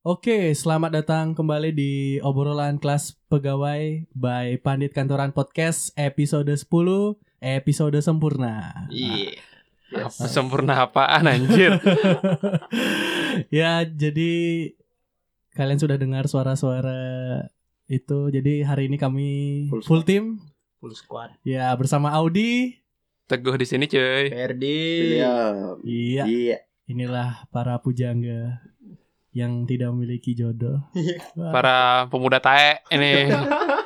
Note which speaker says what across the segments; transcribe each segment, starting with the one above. Speaker 1: Oke, selamat datang kembali di obrolan kelas pegawai by Pandit Kantoran Podcast episode 10, episode sempurna.
Speaker 2: Iya.
Speaker 3: Apa- Sempurna apaan anjir
Speaker 1: ya, jadi kalian sudah dengar suara-suara itu. Jadi hari ini kami
Speaker 2: Full
Speaker 1: full,
Speaker 2: squad.
Speaker 1: team
Speaker 2: Full squad.
Speaker 1: ya bersama Audi.
Speaker 3: Teguh di sini cuy
Speaker 2: Ferdi.
Speaker 4: William.
Speaker 1: Iya,
Speaker 4: Iya.
Speaker 1: inilah para pujangga yang tidak memiliki jodoh. Wah,
Speaker 3: Para pemuda tae ini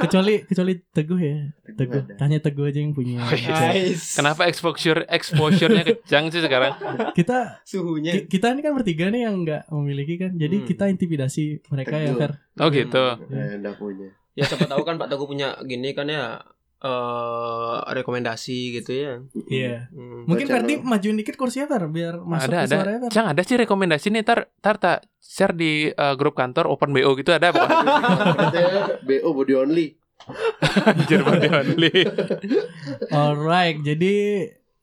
Speaker 1: kecuali kecuali Teguh ya. Teguh,
Speaker 4: Ada.
Speaker 1: tanya Teguh aja yang punya.
Speaker 3: Oh, iya.
Speaker 2: Guys.
Speaker 3: Kenapa exposure Exposure-nya kejang sih sekarang
Speaker 1: Kita
Speaker 2: suhunya?
Speaker 1: Ki- kita ini kan bertiga nih yang nggak memiliki kan jadi
Speaker 2: Iya. Hmm.
Speaker 1: kita intimidasi mereka ya
Speaker 4: Tegur.
Speaker 1: Fer
Speaker 3: Oh gitu
Speaker 1: Iya.
Speaker 4: Eh, enggak punya.
Speaker 2: Ya siapa tahu kan Pak Teguh punya gini kan ya eh rekomendasi gitu ya.
Speaker 1: iya
Speaker 2: Hmm.
Speaker 1: mungkin
Speaker 4: Baca
Speaker 1: Ferdi
Speaker 4: dong.
Speaker 1: majuin dikit kursinya Fer biar masuk
Speaker 3: Ada
Speaker 1: ke
Speaker 3: ada
Speaker 1: suaranya Fer
Speaker 3: Cang ada sih rekomendasi nih Tar, tar, tak share di eh, grup kantor Open BO gitu ada apa
Speaker 4: Katanya BO body only.
Speaker 3: Anjir body only
Speaker 1: alright jadi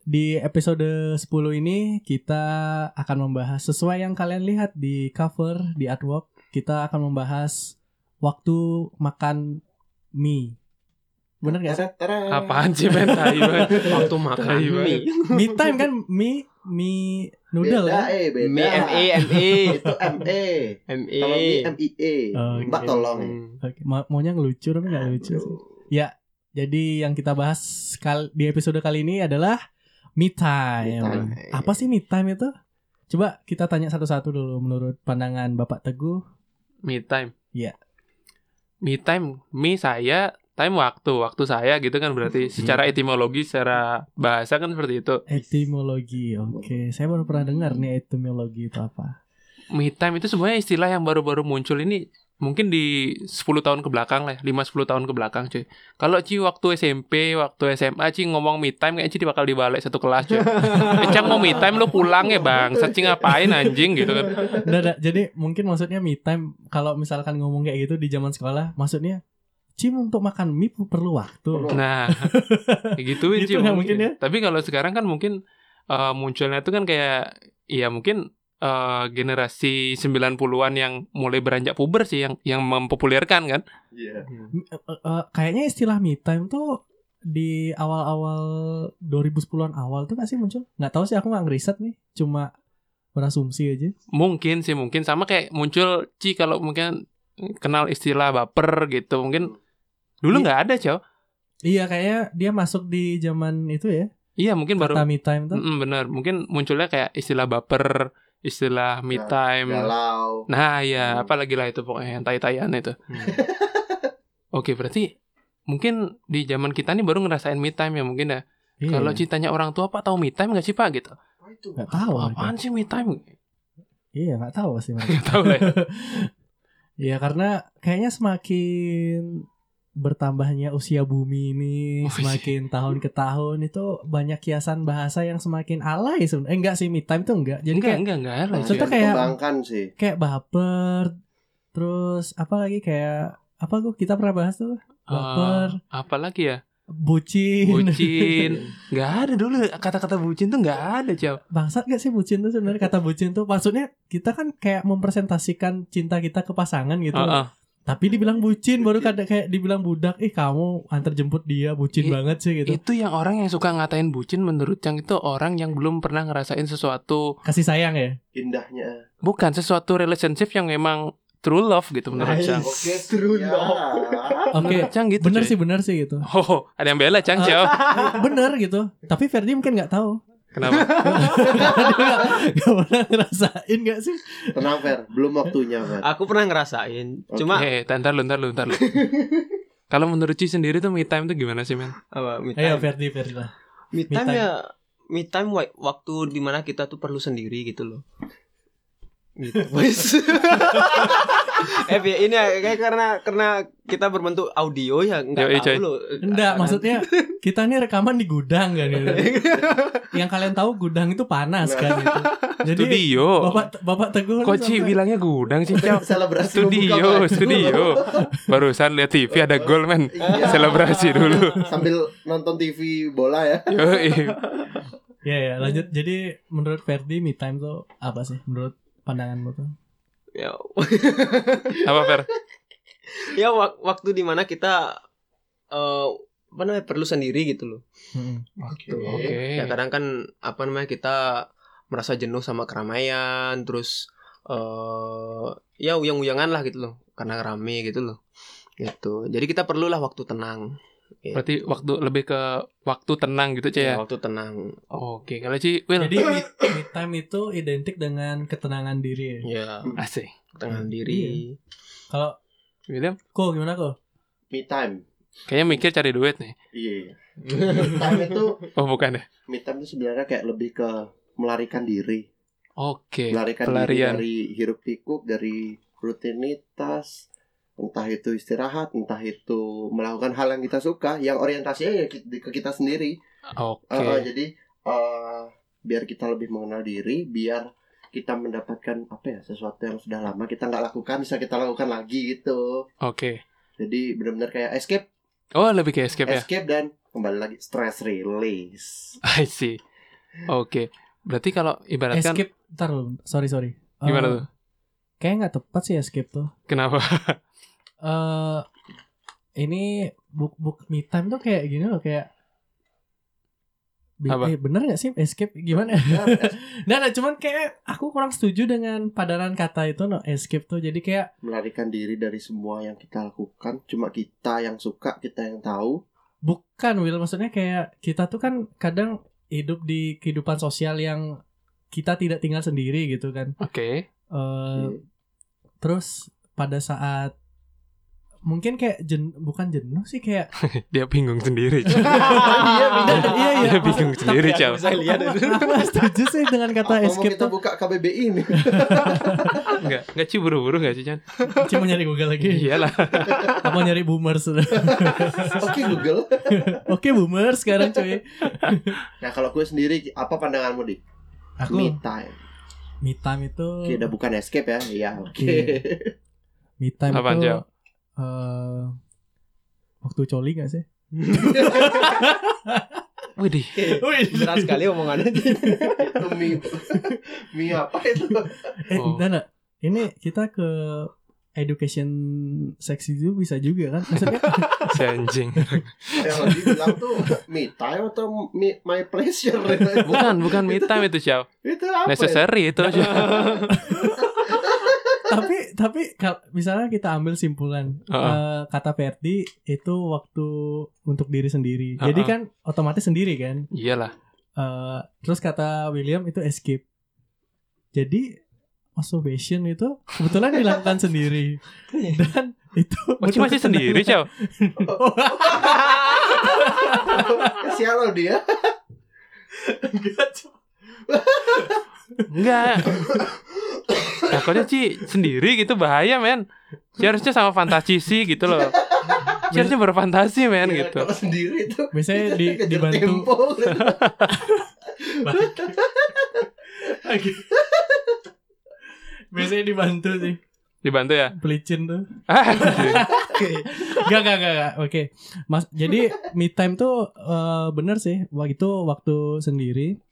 Speaker 1: di episode 10 ini kita akan membahas sesuai yang kalian lihat di cover di artwork kita akan membahas waktu makan mie bener gak sih
Speaker 3: Apaan sih men Tai banget.
Speaker 2: Waktu makan
Speaker 3: Tai banget.
Speaker 2: mie.
Speaker 1: mie time kan mie mie noodle
Speaker 4: beda,
Speaker 1: ya
Speaker 4: eh, beda.
Speaker 2: Mie ME E. ME
Speaker 4: Itu ME.
Speaker 2: ME.
Speaker 4: Kalau mie MIE.
Speaker 1: Oh,
Speaker 4: E. Mbak
Speaker 1: gitu.
Speaker 4: tolong.
Speaker 1: Oke, mau- maunya ngelucu tapi nggak lucu sih Jadi yang kita bahas kal- di episode kali ini adalah me time.
Speaker 4: Me time.
Speaker 1: Apa sih me time itu? Coba kita tanya satu-satu dulu menurut pandangan Bapak Teguh.
Speaker 3: Me time
Speaker 1: Iya.
Speaker 3: Me time Me saya Time waktu Waktu saya gitu kan berarti Secara etimologi Secara bahasa kan seperti itu
Speaker 1: Etimologi. Oke, saya baru pernah dengar nih etimologi itu apa.
Speaker 3: Me time itu sebenarnya istilah yang baru-baru muncul ini mungkin di 10 tahun ke belakang lah, 5 10 tahun ke belakang cuy. Kalau Ci waktu SMP, waktu SMA Ci ngomong me time kayak Ci bakal dibalik satu kelas cuy. Eh, Cang mau me time lu pulang ya bang, Ci ngapain anjing gitu kan.
Speaker 1: Nggak, nggak. jadi mungkin maksudnya me time kalau misalkan ngomong kayak gitu di zaman sekolah, maksudnya Cim untuk makan mie perlu waktu.
Speaker 4: Perlu.
Speaker 3: Nah, kayak gituin Ci
Speaker 1: Gitu nggak mungkin ya?
Speaker 3: Tapi kalau sekarang kan mungkin eh, munculnya itu kan kayak ya mungkin eh, generasi 90-an yang mulai beranjak puber sih yang yang mempopulerkan kan.
Speaker 4: Iya.
Speaker 1: M- eh, eh, eh, kayaknya istilah me time tuh di awal-awal 2010-an awal tuh masih muncul. Nggak tahu sih aku nggak ngeriset nih, cuma berasumsi aja.
Speaker 3: Mungkin sih mungkin sama kayak muncul Ci kalau mungkin kenal istilah baper gitu mungkin dulu
Speaker 1: Iya.
Speaker 3: nggak ada cow
Speaker 1: Iya, kayaknya dia masuk di zaman itu ya,
Speaker 3: iya mungkin baru
Speaker 1: kata me time tuh.
Speaker 3: Mm, bener mungkin munculnya kayak istilah baper istilah me
Speaker 4: Nah,
Speaker 3: time
Speaker 4: Galau.
Speaker 3: nah ya
Speaker 4: Hmm.
Speaker 3: apalagi lah itu pokoknya yang tai-taian itu
Speaker 2: Hmm.
Speaker 3: oke berarti mungkin di zaman kita nih baru ngerasain me time ya mungkin ya
Speaker 1: Iya.
Speaker 3: kalau cintanya orang tua pak tahu me time nggak sih pak gitu
Speaker 4: Apa itu?
Speaker 1: nggak tahu.
Speaker 3: apaan sih me time
Speaker 1: Iya, nggak tahu sih. Mas.
Speaker 3: nggak tahu lah ya.
Speaker 1: Iya, karena kayaknya semakin bertambahnya usia bumi ini
Speaker 3: Oh, iya.
Speaker 1: semakin tahun ke tahun itu banyak kiasan bahasa yang semakin alay sebenarnya. Eh, enggak sih me time tuh enggak. Jadi
Speaker 3: enggak
Speaker 1: kayak
Speaker 3: enggak enggak lah
Speaker 1: Maksudnya
Speaker 3: cuy.
Speaker 1: kayak-
Speaker 4: Kembangkan Iya, sih.
Speaker 1: kayak baper terus apa lagi kayak apa gua kita pernah bahas tuh baper Iya.
Speaker 3: Eh, apalagi ya
Speaker 1: bucin,
Speaker 2: Hmm.
Speaker 3: bucin nggak ada dulu kata-kata bucin tuh nggak ada cow
Speaker 1: bangsat gak sih bucin tuh sebenarnya kata bucin tuh maksudnya kita kan kayak mempresentasikan cinta kita ke pasangan gitu
Speaker 3: Heeh.
Speaker 1: tapi dibilang bucin baru kada kayak dibilang budak ih kamu antar jemput dia bucin
Speaker 3: I-
Speaker 1: banget sih gitu
Speaker 3: Itu yang orang yang suka ngatain bucin menurut Cang itu orang yang belum pernah ngerasain sesuatu
Speaker 1: kasih sayang ya
Speaker 4: Indahnya.
Speaker 3: bukan sesuatu relationship yang memang true love gitu menurut
Speaker 2: Nice.
Speaker 3: Cang.
Speaker 4: Oke.
Speaker 2: True
Speaker 4: ya.
Speaker 2: love.
Speaker 1: oke
Speaker 3: Menurut Cang gitu.
Speaker 1: bener
Speaker 3: coy.
Speaker 1: sih bener sih gitu
Speaker 3: Oh, ada yang bela Cang, Cang.
Speaker 1: bener gitu tapi Ferdi mungkin nggak tahu
Speaker 3: Kenapa?
Speaker 1: Dia nggak nggak pernah ngerasain nggak sih
Speaker 4: Tenang Fer, belum waktunya Fer.
Speaker 2: Aku pernah ngerasain.
Speaker 4: Oke.
Speaker 2: Cuma
Speaker 3: Eh, ntar lu, ntar lu, ntar lu. Kalau menurut Ci sendiri tuh me time tuh gimana sih, men?
Speaker 2: apa me
Speaker 1: ayo
Speaker 2: time?
Speaker 1: Ferdi Ferdi lah
Speaker 2: Me
Speaker 1: me
Speaker 2: time
Speaker 1: time.
Speaker 2: ya me time wa- waktu dimana kita tuh perlu sendiri gitu loh. Gitu. Wes. eh Bi, ini ya, kayak karena karena kita berbentuk audio ya
Speaker 3: Yoi,
Speaker 2: enggak
Speaker 3: coy.
Speaker 2: tahu loh.
Speaker 1: Enggak, maksudnya kita nih rekaman di gudang kan gitu. Yang kalian tahu gudang itu panas kan gitu. Jadi
Speaker 3: Studio.
Speaker 1: Bapak Bapak Teguh
Speaker 3: Kok
Speaker 1: nih
Speaker 3: Ci
Speaker 1: sampai-
Speaker 3: bilangnya gudang sih, Cang?
Speaker 4: Selebrasi
Speaker 3: Studio,
Speaker 4: membuka baju.
Speaker 3: studio. Barusan lihat TV ada gol, men.
Speaker 4: Iya.
Speaker 3: Selebrasi dulu.
Speaker 4: Sambil nonton TV bola ya.
Speaker 3: Yoi.
Speaker 1: Iya, Ya ya, lanjut. Jadi menurut Ferdi me time tuh apa sih menurut pandangan lo tuh?
Speaker 2: ya
Speaker 3: Apa Fer?
Speaker 2: ya wak- waktu dimana kita eh apa namanya perlu sendiri gitu loh
Speaker 1: Mm-mm.
Speaker 4: Oke.
Speaker 3: Oke.
Speaker 2: ya kadang kan apa namanya kita merasa jenuh sama keramaian terus eh ya uyang-uyangan lah gitu loh karena rame gitu loh gitu jadi kita perlulah waktu tenang gitu.
Speaker 3: Berarti waktu lebih ke waktu tenang gitu, Ci ya.
Speaker 2: Iya, waktu tenang
Speaker 3: Oke, kalau Ci Will.
Speaker 1: Jadi me, me time itu identik dengan ketenangan diri. ya?
Speaker 3: Iya.
Speaker 2: ya
Speaker 3: asik. Iya.
Speaker 2: tenang diri
Speaker 1: Kalau
Speaker 3: William
Speaker 1: kok gimana kok?
Speaker 4: Me time.
Speaker 3: kayaknya mikir cari duit nih.
Speaker 4: Iya. Me time itu
Speaker 3: Oh, bukan ya.
Speaker 4: me time itu sebenarnya kayak lebih ke melarikan diri.
Speaker 3: Oke.
Speaker 4: melarikan
Speaker 3: pelarian.
Speaker 4: diri dari hirup pikuk dari rutinitas entah itu istirahat entah itu melakukan hal yang kita suka yang orientasinya ya ki- di- ke kita sendiri
Speaker 3: Oke.
Speaker 4: Uh, uh, jadi uh, biar kita lebih mengenal diri biar kita mendapatkan apa ya sesuatu yang sudah lama kita nggak lakukan bisa kita lakukan lagi gitu
Speaker 3: Oke.
Speaker 4: jadi benar-benar kayak escape
Speaker 3: Oh, lebih ke escape ya.
Speaker 4: escape dan kembali lagi stress release
Speaker 3: I see. Oke. Berarti kalau ibaratkan
Speaker 1: Escape, ntar lu, sorry sorry. Eh,
Speaker 3: kan? gimana tuh?
Speaker 1: Kayaknya nggak tepat sih escape tuh.
Speaker 3: Kenapa?
Speaker 1: eh ini book book me time tuh kayak gini loh kayak Bi-
Speaker 3: Apa?
Speaker 1: eh, bener gak sih escape
Speaker 3: Kan
Speaker 1: gimana?
Speaker 4: Ya, es-
Speaker 1: Nah, nah, cuman kayak aku kurang setuju dengan padanan kata itu no escape tuh. Jadi kayak
Speaker 4: melarikan diri dari semua yang kita lakukan cuma kita yang suka kita yang tahu
Speaker 1: bukan Will maksudnya kayak kita tuh kan kadang hidup di kehidupan sosial yang kita tidak tinggal sendiri gitu kan. Eh
Speaker 3: Oke. Iya.
Speaker 1: terus pada saat mungkin kayak jen, bukan jenuh sih kayak
Speaker 3: Dia bingung sendiri. Ci.
Speaker 4: Iya,
Speaker 1: Dan- iya iya
Speaker 3: Dia bingung
Speaker 1: maksud-
Speaker 3: sendiri,
Speaker 1: tapi-
Speaker 3: Cam.
Speaker 1: aku- ya. aku, aku nggak setuju sih dengan kata
Speaker 4: Apa mau
Speaker 1: escape
Speaker 4: kita
Speaker 1: tuh
Speaker 4: buka KBBI ini
Speaker 3: Enggak, enggak Ci buru-buru enggak Ci, Chan?
Speaker 1: cuma nyari Google lagi
Speaker 3: Iyalah.
Speaker 1: apa nyari boomers
Speaker 4: Oke Google
Speaker 1: oke boomers sekarang cuy
Speaker 4: Nah kalau gue sendiri Apa pandanganmu di
Speaker 1: aku Hmm.
Speaker 4: Me time
Speaker 1: me time itu
Speaker 4: Oke udah bukan escape ya Iya oke
Speaker 1: Iya. me time
Speaker 3: Apaan,
Speaker 1: itu
Speaker 3: Jel?
Speaker 1: eh, waktu coli gak sih
Speaker 3: Widih.
Speaker 2: berat sekali omongannya
Speaker 1: Iya.
Speaker 4: Itu mie Mie apa itu
Speaker 1: eh
Speaker 3: Oh.
Speaker 1: enggak, enggak. ini kita ke education seksi itu bisa juga kan maksudnya
Speaker 3: Si anjing.
Speaker 4: Yang lagi bilang tuh Me time atau me, my pleasure
Speaker 3: Bukan, bukan me time itu, Ciao.
Speaker 4: Itu apa ya?
Speaker 3: Necessary itu, Ciao.
Speaker 1: tapi tapi kal- misalnya kita ambil simpulan
Speaker 3: Heeh.
Speaker 1: eh, kata Ferdi itu waktu untuk diri sendiri jadi
Speaker 3: Heeh.
Speaker 1: kan otomatis sendiri kan
Speaker 3: Iyalah.
Speaker 1: Eh, terus kata William itu escape jadi masturbation itu kebetulan dilakukan sendiri dan itu
Speaker 3: Oh, Ci masih sendiri, Ciao.
Speaker 4: Sial lo dia
Speaker 3: Enggak. Takutnya Ci sendiri gitu bahaya, men. Ci harusnya sama fantasi sih gitu loh. Ci harusnya berfantasi, men
Speaker 4: Iya,
Speaker 3: gitu.
Speaker 4: Kalau sendiri tuh
Speaker 1: Biasanya di-
Speaker 4: kejar
Speaker 1: dibantu.
Speaker 4: tempo.
Speaker 1: biasanya dibantu sih
Speaker 3: Dibantu ya.
Speaker 1: pelicin tuh
Speaker 3: Ah,
Speaker 4: Iya.
Speaker 1: Gak, gak, gak, gak. Oke. Mas, jadi me time tuh eh, bener sih. Waktu itu waktu sendiri.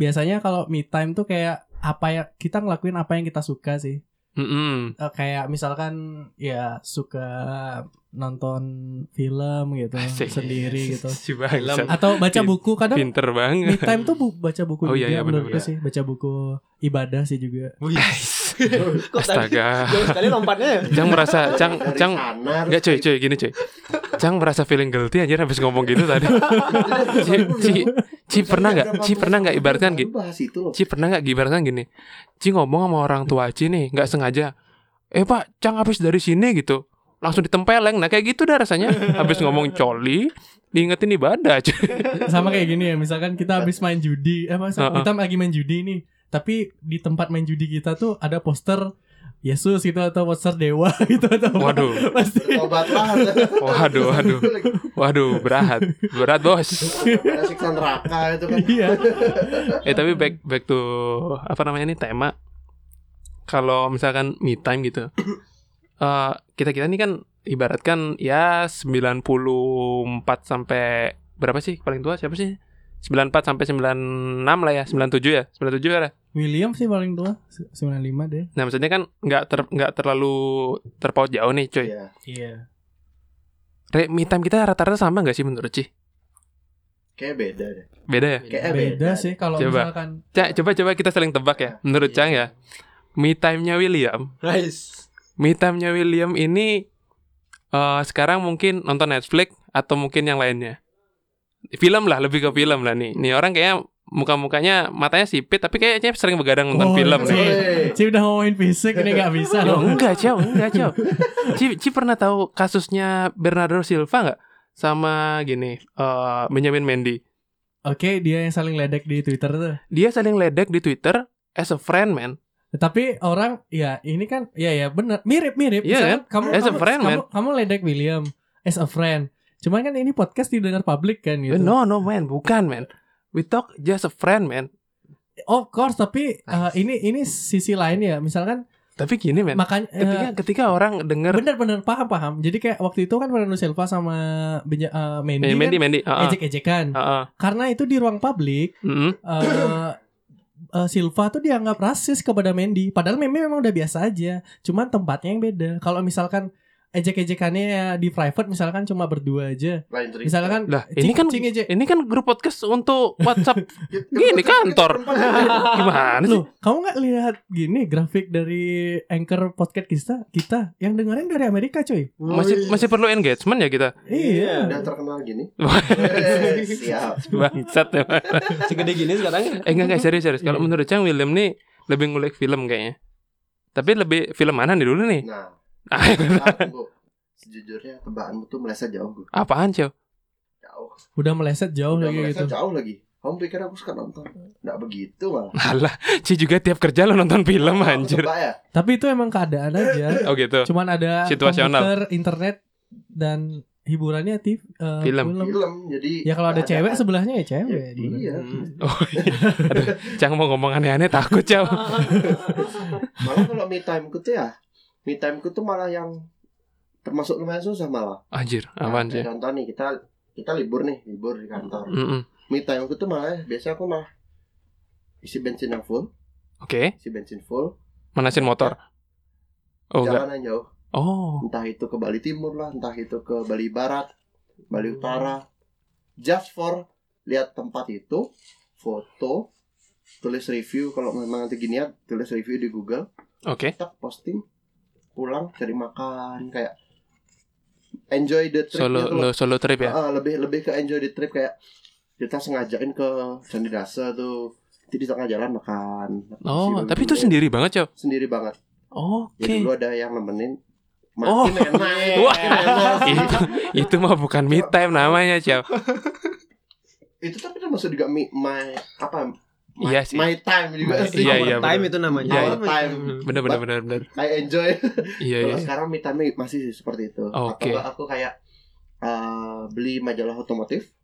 Speaker 1: Biasanya kalau me time tuh kayak apa ya kita ngelakuin apa yang kita suka sih.
Speaker 3: Mm-mm.
Speaker 1: Eh, kayak misalkan ya suka nonton film gitu
Speaker 3: Asik.
Speaker 1: sendiri gitu.
Speaker 3: Si bangsat.
Speaker 1: Atau baca
Speaker 3: Pin-
Speaker 1: buku kadang
Speaker 3: Pinter banget.
Speaker 1: me time tuh bu- baca buku
Speaker 3: Oh,
Speaker 1: juga
Speaker 3: iya, iya, Oh, bener,
Speaker 1: menurutku
Speaker 3: bener.
Speaker 1: sih, baca buku ibadah sih juga.
Speaker 3: Guys.
Speaker 2: Kok tadi
Speaker 3: Astaga.
Speaker 2: jauh sekali lompatnya ya
Speaker 3: Cang merasa Cang
Speaker 4: Dari
Speaker 3: Cang
Speaker 4: sana,
Speaker 3: Enggak cuy cuy gini cuy Cang merasa feeling guilty anjir habis ngomong gitu tadi Ci, Ci, Ci pernah nggak Ci pernah nggak ibaratkan gitu
Speaker 4: Baru bahas itu loh
Speaker 3: Ci pernah nggak ibaratkan gini Ci ngomong sama orang tua Ci nih nggak sengaja Eh pak Cang habis dari sini gitu Langsung ditempeleng Nah kayak gitu dah rasanya Habis ngomong coli Diingetin ibadah cuy
Speaker 1: sama kayak gini ya misalkan kita habis main judi eh masa
Speaker 3: Heeh.
Speaker 1: kita lagi main judi nih tapi di tempat main judi kita tuh ada poster Yesus gitu atau poster dewa gitu atau apa.
Speaker 3: Waduh.
Speaker 1: pasti
Speaker 4: Obatlah
Speaker 3: Waduh waduh Waduh berat Berat bos
Speaker 4: Ada siksa neraka itu kan
Speaker 1: iya
Speaker 3: Eh tapi back back to apa namanya ini tema. Kalau misalkan me time gitu. Eh kita kita ini kan ibaratkan ya 94 sampai berapa sih paling tua siapa sih? 94 94 sampai 96 lah ya, 97 ya, 97 ya.
Speaker 1: William sih paling tua, se- 95 deh.
Speaker 3: Nah, maksudnya kan nggak ter nggak terlalu terpaut jauh nih, coy.
Speaker 4: Iya.
Speaker 1: Iya.
Speaker 3: Re, me time kita rata-rata sama nggak sih menurut Ci?
Speaker 4: Kayak beda deh.
Speaker 3: Beda ya?
Speaker 4: Kayak
Speaker 1: Beda sih kalau
Speaker 3: Coba.
Speaker 1: misalkan
Speaker 3: Cak, coba coba kita saling tebak ya. Menurut Cang ya, me time-nya ya, William,
Speaker 2: Nice.
Speaker 3: me time-nya William ini eh sekarang mungkin nonton Netflix atau mungkin yang lainnya. Film lah, lebih ke film lah nih. Nih orang kayaknya muka-mukanya matanya sipit tapi kayaknya sering begadang
Speaker 1: Oh,
Speaker 3: nonton film Iya. nih.
Speaker 1: iya.
Speaker 4: Woi.
Speaker 1: Ci udah ngomongin fisik ini nggak bisa
Speaker 3: Loh,
Speaker 1: loh.
Speaker 3: enggak, Ciao, enggak, Ciao. Ci, Ci pernah tahu kasusnya Bernardo Silva enggak? Sama gini, eh Benjamin Mendy.
Speaker 1: Oke, dia yang saling ledek di Twitter tuh.
Speaker 3: Dia saling ledek di Twitter as a friend, man.
Speaker 1: Tapi orang ya ini kan ya ya benar mirip-mirip.
Speaker 3: Iya
Speaker 1: Misalkan Kamu
Speaker 3: As a
Speaker 1: kamu-
Speaker 3: friend,
Speaker 1: kamu, kamu ledek William as a friend. Cuman kan ini podcast didengar publik kan gitu.
Speaker 3: No, no, man, bukan, man. We talk just a friend, man.
Speaker 1: Of course, tapi uh, ini ini sisi lain ya. Misalkan
Speaker 3: Tapi gini, man.
Speaker 1: makanya
Speaker 3: Iya. Ketika ketika orang denger
Speaker 1: bener-bener paham paham. Jadi kayak waktu itu kan Fernando Silva sama Benja, uh, Mendy,
Speaker 3: Eh, Mendy,
Speaker 1: kan
Speaker 3: Ah. Mendy. Heeh.
Speaker 1: ejek-ejekan.
Speaker 3: Heeh.
Speaker 1: Karena itu di ruang publik
Speaker 3: Mm-mm.
Speaker 1: eh eh, Silva tuh dianggap rasis kepada Mendy. Padahal Mendy memang udah biasa aja. Cuman tempatnya yang beda. Kalau misalkan ejek-ejekannya ya di private misalkan cuma berdua aja.
Speaker 4: Lain cerita.
Speaker 1: Misalkan
Speaker 3: Lah, ini
Speaker 1: cing-
Speaker 3: kan
Speaker 1: cing ejek.
Speaker 3: ini kan grup podcast untuk WhatsApp.
Speaker 4: Ya,
Speaker 3: Gini,
Speaker 4: kan-
Speaker 3: kantor. Gimana sih?
Speaker 1: Loh, kamu nggak lihat gini grafik dari anchor podcast kita? Kita yang dengerin dari Amerika, cuy.
Speaker 3: Masih masih perlu engagement ya kita.
Speaker 4: Udah
Speaker 1: Iya.
Speaker 4: terkenal gini. Eh, Siap.
Speaker 3: Bangsat ya.
Speaker 2: Segede gini sekarang. ya?
Speaker 3: Eh enggak enggak serius serius. Kalau menurut Cang William nih lebih ngulik film kayaknya. Tapi lebih film mana nih dulu nih?
Speaker 4: Nah,
Speaker 3: Ah,
Speaker 4: nah, tunggu. Sejujurnya tebakanmu tuh meleset jauh gue.
Speaker 3: Apaan Cio?
Speaker 4: Jauh.
Speaker 1: Udah meleset jauh
Speaker 4: Udah
Speaker 1: lagi
Speaker 4: meleset
Speaker 1: gitu.
Speaker 4: jauh lagi. Kamu pikir aku suka nonton? Enggak begitu malah.
Speaker 3: Alah, Ci juga tiap kerja lo nonton film
Speaker 4: Aku
Speaker 3: anjir.
Speaker 4: tebak ya.
Speaker 1: Tapi itu emang keadaan aja.
Speaker 3: Oh gitu.
Speaker 1: Cuman ada
Speaker 3: Situasional.
Speaker 1: komputer, internet dan hiburannya TV eh,
Speaker 3: Film.
Speaker 4: Film jadi
Speaker 1: Ya kalau ada cewek
Speaker 4: keadaan.
Speaker 1: sebelahnya ya cewek.
Speaker 4: Ya, kan? iya.
Speaker 2: Hmm.
Speaker 3: Oh, iya. Aduh, Cang mau ngomong aneh-aneh takut Cio.
Speaker 4: Malah kalau me time ku tuh ya, me time ku tuh malah yang termasuk lumayan susah malah.
Speaker 3: Anjir, Hmm. apaan Cio?
Speaker 4: Nah, kayak Contoh nih kita kita libur nih, libur di kantor.
Speaker 3: Mm-mm.
Speaker 4: Me time ku tuh malah biasanya aku malah isi bensin yang full,
Speaker 3: Oke,
Speaker 4: isi bensin full,
Speaker 3: manasin motor. Oh enggak.
Speaker 4: jalanan jauh.
Speaker 3: Oh,
Speaker 4: Entah itu ke Bali Timur lah, entah itu ke Bali Barat, Bali
Speaker 3: Hmm.
Speaker 4: Utara. Just for lihat tempat itu, foto, tulis review kalau memang nanti gini ya, tulis review di Google.
Speaker 3: oke.
Speaker 4: kita posting pulang cari makan kayak enjoy the trip gitu Ah,
Speaker 3: Solo lo solo trip ya.
Speaker 4: lebih lebih ke enjoy the trip kayak kita sengajain ke Candi Dasa tuh jadi di tengah jalan makan
Speaker 3: Oh,
Speaker 4: Masih
Speaker 3: tapi itu
Speaker 4: dulu-
Speaker 3: sendiri banget, Cio.
Speaker 4: sendiri banget jadi
Speaker 3: Oke.
Speaker 4: dulu ada yang nemenin
Speaker 3: Oh.
Speaker 4: makin enak
Speaker 3: Wah.
Speaker 4: makin enak.
Speaker 3: itu itu mah bukan me time namanya, Cio.
Speaker 4: itu tapi termasuk juga mi- my apa my,
Speaker 3: Iya sih.
Speaker 4: my time juga sih
Speaker 3: Iya, iya,
Speaker 2: Time
Speaker 3: bener.
Speaker 2: itu namanya.
Speaker 3: Iya,
Speaker 4: Our time
Speaker 3: Bener bener bener bener.
Speaker 4: I enjoy
Speaker 3: Iya
Speaker 4: Kalau
Speaker 3: iya.
Speaker 4: sekarang me time masih sih seperti itu.
Speaker 3: Oke.
Speaker 4: Atau nggak aku kayak eh, beli majalah otomotif,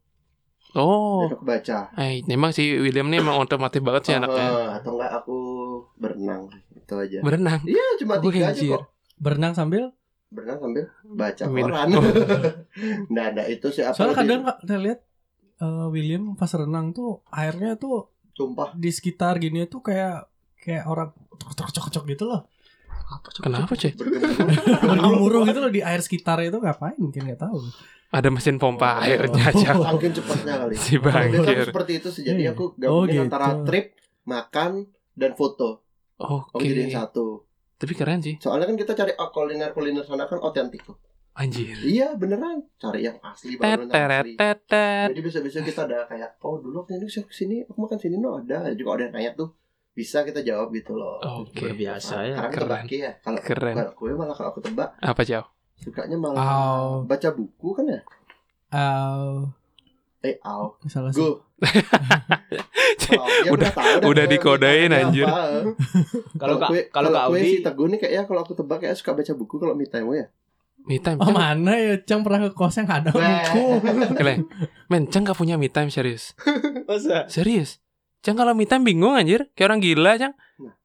Speaker 3: Oh,
Speaker 4: jadi aku baca.
Speaker 3: eh, memang si William ini emang otomatis banget sih anaknya.
Speaker 2: Oh.
Speaker 4: Eh, atau enggak aku berenang itu aja.
Speaker 1: Hmm.
Speaker 3: Berenang.
Speaker 4: Iya cuma
Speaker 3: Gue
Speaker 4: tiga
Speaker 1: gitu
Speaker 4: aja
Speaker 3: anjir.
Speaker 1: ya.
Speaker 4: kok.
Speaker 1: Berenang sambil
Speaker 4: Berenang sambil baca
Speaker 3: Minum.
Speaker 4: koran. nah, nah itu sih
Speaker 1: Oh.
Speaker 4: apa?
Speaker 1: Soalnya
Speaker 4: lebih-
Speaker 1: kadang Kak, saya lihat eh, William pas renang tuh airnya tuh
Speaker 4: tumpah.
Speaker 1: di sekitar gini tuh kayak kayak orang cocok-cocok gitu loh.
Speaker 3: Kenapa, Cio?
Speaker 4: Bergemuruh.
Speaker 1: Bergemuruh gitu loh di air sekitar itu ngapain mungkin nggak tahu.
Speaker 3: Ada mesin pompa
Speaker 4: Oh,
Speaker 3: airnya, Cio.
Speaker 4: Mungkin cepatnya kali.
Speaker 3: Si
Speaker 4: Lebih kan
Speaker 3: bangkir.
Speaker 4: seperti itu iya. sih. Jadi
Speaker 1: Iya.
Speaker 4: aku
Speaker 1: Oh, gitu.
Speaker 4: gabungin antara trip, makan, dan foto. Aku jadiin
Speaker 3: Oke.
Speaker 4: satu.
Speaker 3: Tapi keren sih.
Speaker 4: Soalnya kan kita cari kuliner-kuliner sana kan otentik tuh.
Speaker 3: Anjir.
Speaker 4: Iya beneran cari yang asli Iya, baru yang asli.
Speaker 3: Teteretetet.
Speaker 4: Jadi besok-besok kita ada kayak oh dulu waktu itu ke sini aku makan sini no ada. Jadi kalau ada yang nanya tuh bisa kita jawab gitu loh.
Speaker 1: Oh, Iya.
Speaker 3: Oke.
Speaker 2: Berbiasa ya.
Speaker 4: Karena
Speaker 3: keren.
Speaker 4: tebak ya. Kalau
Speaker 3: Keren.
Speaker 4: kalau gue malah kalau aku tebak
Speaker 3: Apa, Cio?
Speaker 4: sukanya malah
Speaker 1: Au,
Speaker 4: baca buku kan ya.
Speaker 1: au,
Speaker 4: Eh au.
Speaker 1: salah sih.
Speaker 4: Go. Kalau dia
Speaker 3: Udah-
Speaker 4: tahu dah
Speaker 3: udah
Speaker 4: gue
Speaker 3: dikodein,
Speaker 4: minta apa.
Speaker 3: anjir.
Speaker 2: Kalau
Speaker 4: gue
Speaker 2: Kak- kalau Kak
Speaker 4: gue
Speaker 2: Audi-
Speaker 4: sih teguh nih kayaknya kalau aku tebak kayak suka baca buku kalau me time ya.
Speaker 3: Me time.
Speaker 1: Oh
Speaker 3: Cang.
Speaker 1: mana ya Cang pernah ke kos yang ada buku.
Speaker 3: Keren. Men, Cang gak punya me time serius.
Speaker 1: Nah.
Speaker 2: Masa?
Speaker 3: Serius? Cang kalau me time bingung anjir, kayak orang gila, Cang.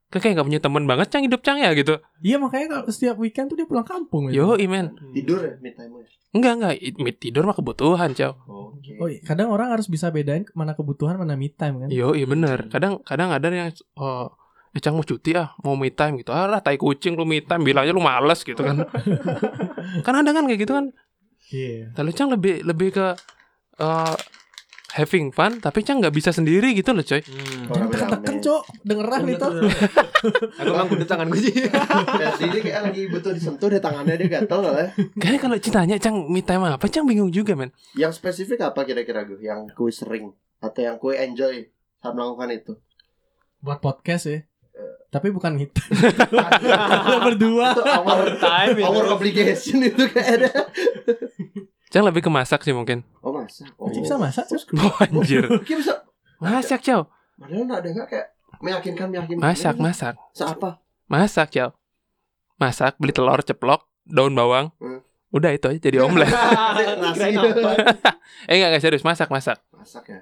Speaker 3: Kok kayak gak punya teman banget Cang hidup Cang ya gitu.
Speaker 1: Iya makanya kalau setiap weekend tuh dia pulang kampung. gitu.
Speaker 3: Yo, men.
Speaker 4: tidur ya mid time ya
Speaker 3: Enggak, enggak. I- mid tidur mah kebutuhan, Cau.
Speaker 4: oke
Speaker 1: Oh, iya. kadang orang harus bisa bedain mana kebutuhan mana me time kan.
Speaker 3: Yo, bener. Kadang kadang ada yang oh, eh, Cang mau cuti ah, mau me time gitu. Alah, tai kucing lu me time, bilangnya lu males gitu kan. kan ada kan kayak gitu kan.
Speaker 1: Iya.
Speaker 3: Lalu Cang lebih lebih ke eh, having fun, tapi Cang nggak bisa sendiri gitu loh, coy.
Speaker 2: Hmm.
Speaker 1: Jangan
Speaker 4: Rame-rame.
Speaker 1: tekan-tekan, Cok. Dengeran itu.
Speaker 2: Aku emang kudu tangan gue sih.
Speaker 4: Berarti dia kayak lagi butuh disentuh deh tangannya dia gatel lah ya.
Speaker 3: Kayaknya kalau ditanya Cang me time apa, Cang bingung juga, men.
Speaker 4: Yang spesifik apa kira-kira gue? Yang kue sering atau yang kue enjoy saat melakukan itu?
Speaker 1: Buat podcast ya. Tapi bukan gitu. hit. Kita berdua.
Speaker 4: Itu our
Speaker 2: Time
Speaker 4: our obligation itu kayaknya.
Speaker 3: Cang lebih ke masak sih mungkin.
Speaker 4: Oh masa? Oh.
Speaker 1: Masih bisa masak, Cok.
Speaker 3: Wah, anjir.
Speaker 4: Mungkin bisa.
Speaker 3: Masak, Cau.
Speaker 4: Padahal nggak ada nggak kayak meyakinkan meyakinkan.
Speaker 3: Masak, masak.
Speaker 4: Seapa?
Speaker 3: Masak, Cau. Masak, beli telur ceplok, daun bawang.
Speaker 4: Hmm.
Speaker 3: Udah itu aja jadi omelet. eh
Speaker 4: Nasi.
Speaker 3: enggak, enggak serius, masak, masak.
Speaker 4: Masak ya.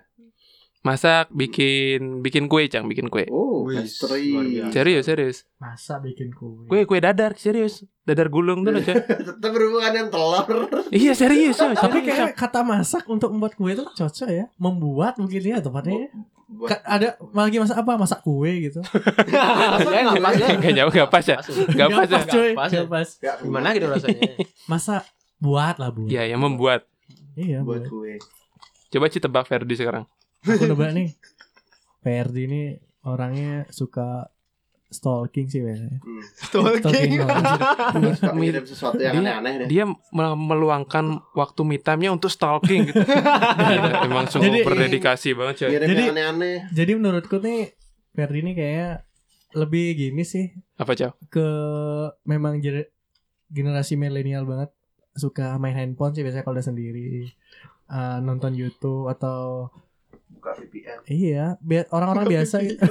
Speaker 3: Masak, bikin bikin kue, Cang, bikin kue.
Speaker 4: Oh,
Speaker 2: Wih, luar
Speaker 4: pastry.
Speaker 2: biasa.
Speaker 3: Serius, serius.
Speaker 1: Masa bikin kue.
Speaker 3: Kue kue dadar, serius. Dadar gulung tuh loh, Cang.
Speaker 4: Tetap berhubungan dengan telur.
Speaker 3: Iya, serius, Cang.
Speaker 1: Tapi
Speaker 3: Serius, Cang.
Speaker 1: kayak kata masak untuk membuat kue itu cocok ya. Membuat mungkin ya tepatnya. ya.
Speaker 4: Buat-
Speaker 1: Ka- ada lagi masak apa? Masak kue gitu.
Speaker 2: Kayaknya nggak pas ya.
Speaker 3: Kayaknya nggak pas ya. Nggak
Speaker 1: Nggak
Speaker 3: pas ya.
Speaker 1: coy.
Speaker 2: Nggak pas ya.
Speaker 1: Nggak pas.
Speaker 4: Nggak
Speaker 2: Gimana gitu rasanya?
Speaker 1: Masak buat lah buat.
Speaker 3: Iya, yang membuat.
Speaker 1: Iya, buat.
Speaker 4: buat kue.
Speaker 3: Coba Ci tebak Ferdi sekarang.
Speaker 1: Aku nebak nih. Ferdi ini orangnya suka stalking sih biasanya.
Speaker 4: Hmm.
Speaker 1: Stalking.
Speaker 4: Terus kok ngirim sesuatu yang
Speaker 3: Dia-
Speaker 4: aneh-aneh deh.
Speaker 3: Dia me- meluangkan waktu me time-nya untuk stalking gitu. Emang sungguh
Speaker 1: Jadi-
Speaker 3: berdedikasi banget, coy.
Speaker 4: Ngirim
Speaker 1: Jadi-
Speaker 4: yang aneh-aneh.
Speaker 1: Jadi menurutku nih Ferdi ini kayaknya lebih gini sih
Speaker 3: Apa, Cang?
Speaker 1: ke memang jere- generasi milenial banget suka main handphone sih biasanya kalau udah sendiri Eh, nonton YouTube atau
Speaker 4: Buka VPN.
Speaker 1: iya bi- orang-orang biasa gitu.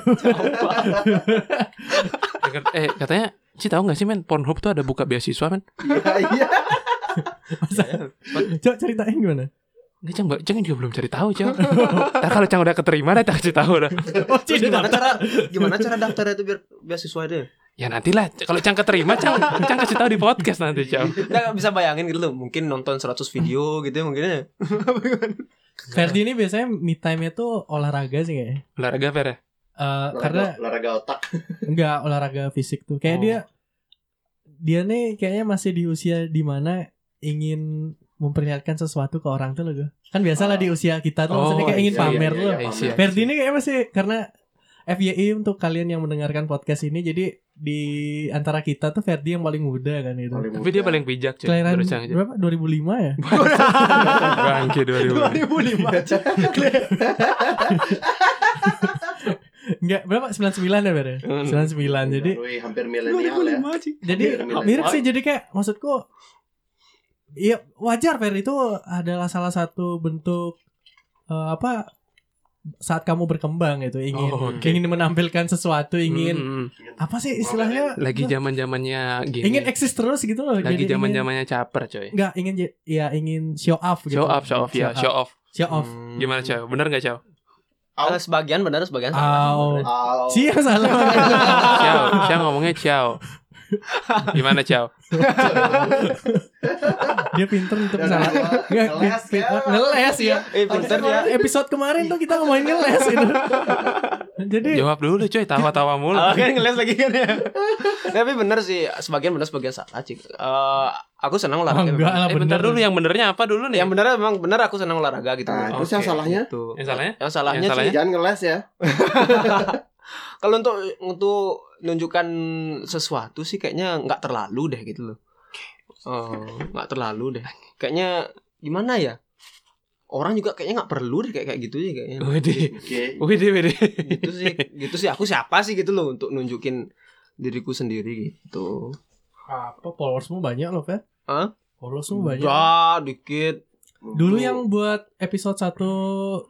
Speaker 3: Denger- eh katanya Ci tahu gak sih men Pornhub tuh ada buka beasiswa men
Speaker 4: Iya, iya.
Speaker 1: Cok ceritain gimana?
Speaker 3: Nggak Cang Mbak Cang juga belum cari tahu Cang Ntar kalau Cang udah keterima Dah Cang kasih tahu dah
Speaker 1: Oh,
Speaker 2: Terus gimana cara gimana cara daftar itu biar beasiswa deh?
Speaker 3: Ya nantilah Kalau Cang keterima Cang Cang kasih tahu di podcast nanti Cang
Speaker 2: Nggak bisa bayangin gitu loh. Mungkin nonton 100 video gitu ya mungkin ya.
Speaker 1: Ferdi ini biasanya me time-nya tuh olahraga sih kayaknya.
Speaker 3: Olahraga Fer ya
Speaker 1: Eh, karena
Speaker 4: Olahraga, Iya. olahraga otak.
Speaker 1: enggak olahraga fisik tuh. Kayak
Speaker 3: Oh.
Speaker 1: dia dia nih kayaknya masih di usia dimana ingin memperlihatkan sesuatu ke orang tuh loh gue. Kan biasalah
Speaker 4: Ah.
Speaker 1: di usia kita tuh
Speaker 3: Oh,
Speaker 1: maksudnya kayak ingin
Speaker 3: iya, iya,
Speaker 1: pamer
Speaker 4: iya,
Speaker 1: tuh.
Speaker 4: iya,
Speaker 3: Iya, iya.
Speaker 1: Ferdi ini kayaknya masih karena FYI untuk kalian yang mendengarkan podcast ini jadi di antara kita tuh Ferdi yang paling muda kan itu.
Speaker 4: Paling
Speaker 3: Tapi dia
Speaker 4: muda.
Speaker 3: paling bijak Cang
Speaker 1: Kelahiran
Speaker 3: Terus Cang
Speaker 1: berapa? 2005 ya?
Speaker 3: Bangke 2000
Speaker 4: aja.
Speaker 1: Enggak, berapa? 99 ya, Fer? ya?
Speaker 3: Hmm.
Speaker 1: 99. Jadi
Speaker 4: Wih, hampir milenial ya.
Speaker 1: jadi
Speaker 4: Mirip, mirip.
Speaker 1: mirip sih jadi kayak maksudku Iya wajar Fer itu adalah salah satu bentuk eh, apa saat kamu berkembang gitu ingin
Speaker 3: Oh, oke.
Speaker 1: ingin menampilkan sesuatu ingin
Speaker 3: Mm-mm.
Speaker 1: apa sih istilahnya
Speaker 3: Lagi zaman zamannya gini
Speaker 1: ingin eksis terus gitu loh
Speaker 3: Lagi
Speaker 1: jadi
Speaker 3: zaman
Speaker 1: ingin-
Speaker 3: zamannya caper coy
Speaker 1: Enggak, ingin j- ya ingin show off gitu.
Speaker 3: Show off Show off ya Show off
Speaker 1: Show off.
Speaker 2: Hmm.
Speaker 3: Gimana Cang Bener gak Cang
Speaker 2: Ah, sebagian benar
Speaker 1: Au.
Speaker 2: sebagian salah.
Speaker 4: Au.
Speaker 1: Si yang salah.
Speaker 3: Ciao Cang ngomongnya ciao Gimana Cang
Speaker 1: Dia pinter untuk
Speaker 2: Ya,
Speaker 4: Dan
Speaker 1: salah.
Speaker 4: gua
Speaker 1: Enggak,
Speaker 4: ngeles
Speaker 1: pin-
Speaker 4: ya.
Speaker 1: pin- ngeles ya.
Speaker 2: Eh, pinter ya.
Speaker 1: Episode kemarin tuh kita ngomongin ngeles gitu. Jadi
Speaker 3: Jawab dulu coy Tawa-tawa mulu
Speaker 2: Iya. Ah, kan ngeles lagi kan ya. Tapi bener sih, sebagian bener sebagian salah, Cik. Eh, aku senang
Speaker 1: Oh,
Speaker 2: olahraga.
Speaker 1: enggak
Speaker 2: memang.
Speaker 1: lah
Speaker 3: Eh bentar
Speaker 1: bener
Speaker 3: dulu yang benernya apa dulu nih?
Speaker 2: Yang bener memang bener aku senang olahraga gitu.
Speaker 4: Nah, terus
Speaker 3: Oke.
Speaker 4: yang salahnya?
Speaker 2: Gitu.
Speaker 3: Yang salahnya?
Speaker 2: Yang salahnya,
Speaker 3: Yang
Speaker 2: sih,
Speaker 3: salahnya?
Speaker 4: Jangan ngeles ya.
Speaker 2: kalau untuk untuk nunjukkan sesuatu sih kayaknya nggak terlalu deh gitu loh. Eh, nggak terlalu deh. Kayaknya gimana ya? Orang juga kayaknya nggak perlu deh kayak kayak gitu ya kayaknya.
Speaker 3: Wede,
Speaker 4: Oke.
Speaker 3: wede, wede.
Speaker 2: gitu sih gitu sih aku siapa sih gitu loh untuk nunjukin diriku sendiri gitu
Speaker 1: Apa followersmu banyak loh, Fer?
Speaker 2: Hah?
Speaker 1: Followersmu banyak.
Speaker 2: ya dikit
Speaker 1: Dulu yang buat episode 1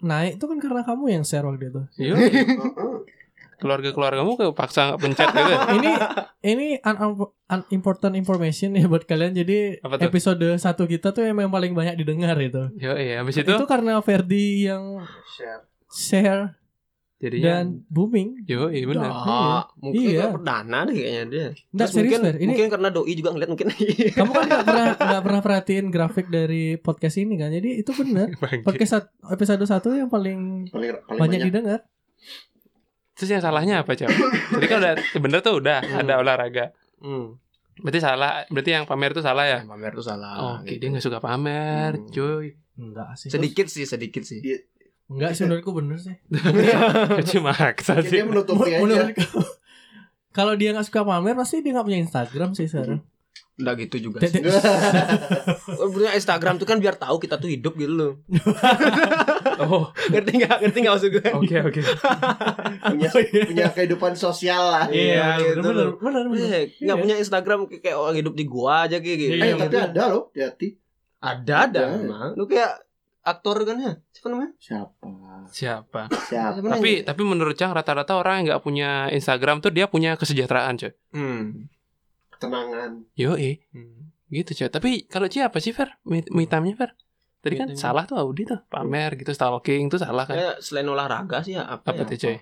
Speaker 1: naik itu kan karena kamu yang share waktu itu.
Speaker 3: Yo, keluarga keluargamu kepaksa nggak pencet gitu. ya?
Speaker 1: Ini ini un- unimportant information ya buat kalian. Jadi
Speaker 3: Apa tuh?
Speaker 1: episode 1 kita tuh yang memang paling banyak didengar gitu. itu.
Speaker 3: Yo, iya. Habis itu,
Speaker 1: karena Ferdi yang
Speaker 4: share.
Speaker 1: share
Speaker 3: jadinya
Speaker 1: dan booming.
Speaker 3: yo iya benar
Speaker 1: Iya.
Speaker 2: Ah, mungkin
Speaker 1: Iya.
Speaker 2: kayak perdana deh kayaknya dia.
Speaker 1: Nggak,
Speaker 2: Terus
Speaker 1: serius,
Speaker 2: mungkin
Speaker 1: Fer. Ini-
Speaker 2: mungkin karena doi juga ngeliat mungkin.
Speaker 1: Kamu kan nggak pernah nggak pernah perhatiin grafik dari podcast ini kan? Jadi itu benar.
Speaker 3: Bangkit.
Speaker 1: Podcast sat- episode 1 yang paling
Speaker 4: paling paling
Speaker 1: banyak
Speaker 4: banyak,
Speaker 1: didengar.
Speaker 3: terus yang salahnya apa cewek jadi kan udah bener tuh udah ada olahraga
Speaker 2: hmm.
Speaker 3: berarti salah berarti yang pamer itu salah ya
Speaker 2: Yang pamer tuh salah.
Speaker 3: oke
Speaker 2: gitu.
Speaker 3: dia nggak suka pamer
Speaker 2: Hmm.
Speaker 3: cuy
Speaker 1: Enggak sih.
Speaker 2: sedikit sih, sedikit sih.
Speaker 1: Enggak sih menurutku bener sih.
Speaker 3: cuma maksa
Speaker 4: Mungkin
Speaker 3: sih
Speaker 4: dia menutupi
Speaker 2: ya, iya.
Speaker 4: aja
Speaker 1: Menurutku. Kalau dia nggak suka pamer, pasti dia nggak punya Instagram sih Iya, sekarang.
Speaker 2: Enggak gitu juga.
Speaker 1: Tete-
Speaker 2: sih. Oh, Punya Instagram tuh kan biar tahu kita tuh hidup gitu loh.
Speaker 3: oh
Speaker 2: Ngerti enggak? Ngerti enggak maksud gue?
Speaker 3: oke oke
Speaker 4: punya punya kehidupan sosial lah
Speaker 2: Iya,
Speaker 1: bener,
Speaker 2: gitu
Speaker 1: bener,
Speaker 2: loh.
Speaker 1: bener, bener.
Speaker 2: Eh, Nggak
Speaker 1: Iya.
Speaker 2: punya Instagram kayak kayak orang hidup di gua aja kayak gitu.
Speaker 1: Iya,
Speaker 4: eh tapi
Speaker 1: bener.
Speaker 4: ada loh hati
Speaker 2: Ada ada
Speaker 4: Ada.
Speaker 3: Iya.
Speaker 2: emang. Lu kayak aktor kan ya? Siapa namanya?
Speaker 4: siapa
Speaker 3: siapa
Speaker 2: Hmm.
Speaker 4: siapa
Speaker 2: Siapa
Speaker 3: tapi
Speaker 2: namanya?
Speaker 3: tapi menurut Cang rata-rata orang yang nggak punya Instagram tuh dia punya kesejahteraan cuy
Speaker 2: Hmm.
Speaker 4: tenangan
Speaker 3: yo gitu cuy tapi kalau Ci apa sih Fer Me- me time-nya, Fer tadi kan
Speaker 2: Me time.
Speaker 3: salah tuh Audi tuh pamer gitu stalking tuh salah kan
Speaker 2: Kayak selain olahraga sih ya apa,
Speaker 3: apa
Speaker 2: ya?
Speaker 3: tuh cuy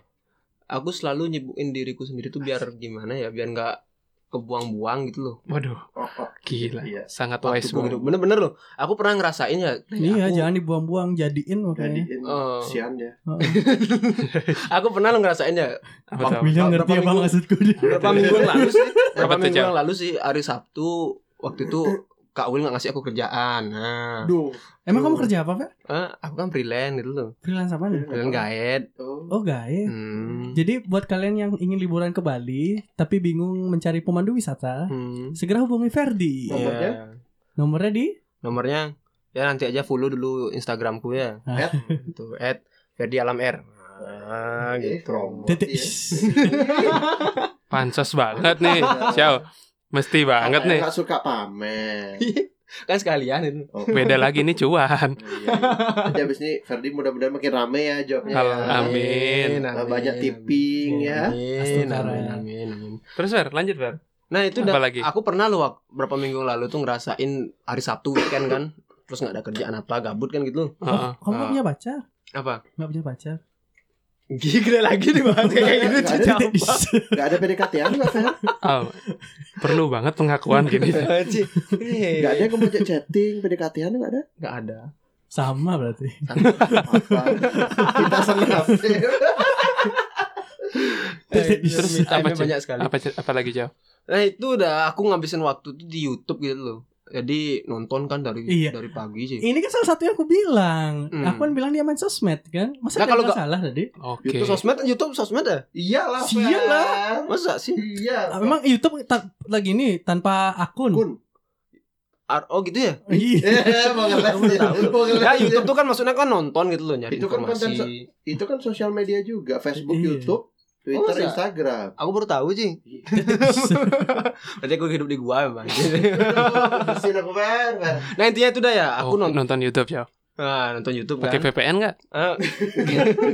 Speaker 2: Aku selalu nyibukin diriku sendiri tuh biar gimana ya, biar nggak kebuang-buang gitu loh.
Speaker 3: waduh
Speaker 4: oh, oh.
Speaker 3: gila
Speaker 4: Iya.
Speaker 3: sangat
Speaker 2: Waktu
Speaker 3: wise
Speaker 2: gua
Speaker 3: banget
Speaker 2: hidup. Bener-bener loh. Aku pernah ngerasain ya.
Speaker 1: Iya,
Speaker 2: aku-
Speaker 1: jangan dibuang-buang, jadiin makanya.
Speaker 4: jadiin
Speaker 2: Oh.
Speaker 4: sian ya
Speaker 2: Aku pernah loh ngerasain ya.
Speaker 3: apa
Speaker 2: Pak
Speaker 3: tuh?
Speaker 1: William
Speaker 2: Berapa
Speaker 1: ngerti apa
Speaker 2: minggu?
Speaker 1: maksudku dia.
Speaker 2: Berapa minggu yang lalu sih? Berapa
Speaker 3: Apa tuh,
Speaker 2: minggu
Speaker 3: Cang?
Speaker 2: yang lalu sih hari Sabtu waktu itu Kak Wil nggak ngasih aku kerjaan. Nah,
Speaker 4: Duh.
Speaker 1: Emang kamu kerja apa, Pak?
Speaker 2: eh, aku kan freelance gitu loh.
Speaker 1: Freelance apa nih?
Speaker 2: Freelance gaet.
Speaker 4: Oh.
Speaker 1: Oh, gaib.
Speaker 2: Hmm.
Speaker 1: Jadi buat kalian yang ingin liburan ke Bali tapi bingung mencari pemandu wisata,
Speaker 2: Hmm.
Speaker 1: segera hubungi Ferdi.
Speaker 4: Iya. Nomornya?
Speaker 1: Nomornya di
Speaker 2: Nomornya ya nanti aja follow dulu Instagramku ya.
Speaker 1: Ah.
Speaker 2: Itu at Ferdi Alam R. Ah,
Speaker 4: Eh,
Speaker 2: gitu.
Speaker 4: promo.
Speaker 1: titik.
Speaker 4: Iya.
Speaker 3: pansos banget nih
Speaker 2: Iya.
Speaker 3: Ciao mesti banget
Speaker 4: Apa yang
Speaker 3: nih
Speaker 4: nggak suka pamer
Speaker 2: kan sekalian itu.
Speaker 4: Oh.
Speaker 3: beda lagi nih cuan
Speaker 4: Iya, iya. Jadi abis ini Ferdi mudah-mudahan makin rame ya jobnya.
Speaker 3: Alam- amin.
Speaker 4: Nah, banyak tipping
Speaker 3: Iya.
Speaker 4: ya.
Speaker 2: Amin,
Speaker 1: Astagfirullah.
Speaker 2: amin, amin, amin.
Speaker 3: terus Fer lanjut Fer
Speaker 2: Nah itu
Speaker 3: apa
Speaker 2: udah,
Speaker 3: lagi
Speaker 2: aku pernah loh wak- berapa minggu lalu tuh ngerasain hari Sabtu weekend kan, terus nggak ada kerjaan apa, gabut kan gitu.
Speaker 3: Heeh.
Speaker 1: Kamu nggak
Speaker 2: Ah.
Speaker 1: punya pacar?
Speaker 2: Apa?
Speaker 1: Nggak punya pacar?
Speaker 2: Gila lagi nih bahas kayak gitu.
Speaker 4: Nggak ada.
Speaker 2: Cicak.
Speaker 1: Titik.
Speaker 4: Gak ada PDKT an nggak Fer?
Speaker 3: Oh, perlu banget pengakuan gini
Speaker 2: Cik. Iya.
Speaker 4: Gak ada yang mau ajak chatting PDKT an nggak ada?
Speaker 2: Nggak ada.
Speaker 1: Sama berarti.
Speaker 4: Apa? Kita senang.
Speaker 1: Titik.
Speaker 3: Terus
Speaker 2: me time-nya
Speaker 3: apa, Cik?
Speaker 2: banyak sekali.
Speaker 3: apa apa lagi Ciao
Speaker 2: Nah itu udah aku ngabisin waktu tuh di YouTube gitu loh. Jadi nonton kan dari
Speaker 1: Iya.
Speaker 2: dari pagi sih.
Speaker 1: Ini kan salah satu yang aku bilang.
Speaker 2: Hmm.
Speaker 1: Aku kan bilang dia main sosmed kan. Masa
Speaker 2: Nah,
Speaker 1: kalau
Speaker 2: kalau
Speaker 1: nggak salah tadi?
Speaker 3: oke
Speaker 2: YouTube sosmed, YouTube sosmed ya?
Speaker 4: Iyalah. Fer.
Speaker 1: Iyalah.
Speaker 2: Masa sih?
Speaker 4: Iya.
Speaker 1: Ah, Memang YouTube ta- lagi nih tanpa akun.
Speaker 4: Kun.
Speaker 2: Ar- Oh gitu ya?
Speaker 1: Iya.
Speaker 4: Eh, mau ngeles dia. Mau ngeles
Speaker 2: Ya
Speaker 4: dia.
Speaker 2: YouTube tuh kan maksudnya kan nonton gitu loh nyari
Speaker 4: Itu kan
Speaker 2: informasi.
Speaker 4: konten Itu kan sosial media juga Facebook,
Speaker 1: Iya.
Speaker 4: YouTube,
Speaker 2: Oh,
Speaker 4: Twitter,
Speaker 2: masa?
Speaker 4: Instagram.
Speaker 2: Aku baru tahu sih. Berarti aku hidup di gua emang.
Speaker 4: Bersin aku Fer. Fer.
Speaker 2: nah intinya itu dah ya. Aku
Speaker 3: Oh,
Speaker 2: nonton,
Speaker 3: nonton YouTube Ciao
Speaker 2: nah, nonton YouTube
Speaker 3: pakai
Speaker 2: kan.
Speaker 3: VPN nggak
Speaker 2: Eh,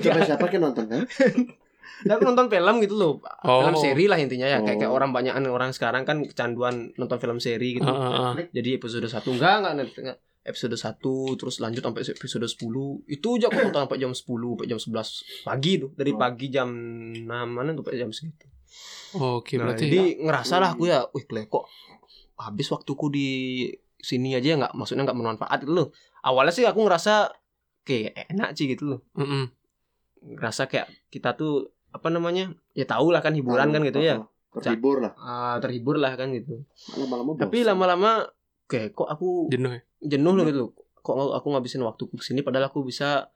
Speaker 4: Coba siapa kan nonton kan?
Speaker 2: nah, aku nonton film gitu loh.
Speaker 3: Oh.
Speaker 2: Film seri lah intinya ya. Kayak, kayak
Speaker 4: Oh.
Speaker 2: orang banyakan orang sekarang kan kecanduan nonton film seri gitu.
Speaker 3: Heeh, heeh.
Speaker 2: Jadi episode 1 enggak enggak Netflix, enggak. episode 1 terus lanjut sampai episode 10. Itu aja aku nonton sampai jam 10, sampai jam 11 pagi tuh. Dari
Speaker 4: Oh.
Speaker 2: pagi jam 6 mana tuh sampai jam segitu.
Speaker 3: oke
Speaker 2: Nah,
Speaker 3: berarti
Speaker 2: jadi ngerasa lah
Speaker 4: Hmm.
Speaker 2: aku ya, wih Kle, kok habis waktuku di sini aja ya, nggak maksudnya nggak bermanfaat gitu loh. Awalnya sih aku ngerasa kayak enak sih gitu loh.
Speaker 3: Mm-mm.
Speaker 2: Ngerasa kayak kita tuh apa namanya? Ya tau lah kan hiburan kan gitu ya.
Speaker 4: Terhibur lah.
Speaker 2: Ah, terhibur lah kan gitu.
Speaker 4: Lama-lama bosan.
Speaker 2: Tapi lama-lama kayak kok aku
Speaker 3: jenuh ya?
Speaker 2: jenuh
Speaker 4: Hmm.
Speaker 2: loh gitu. Kok aku- aku ngabisin waktuku ke sini padahal aku bisa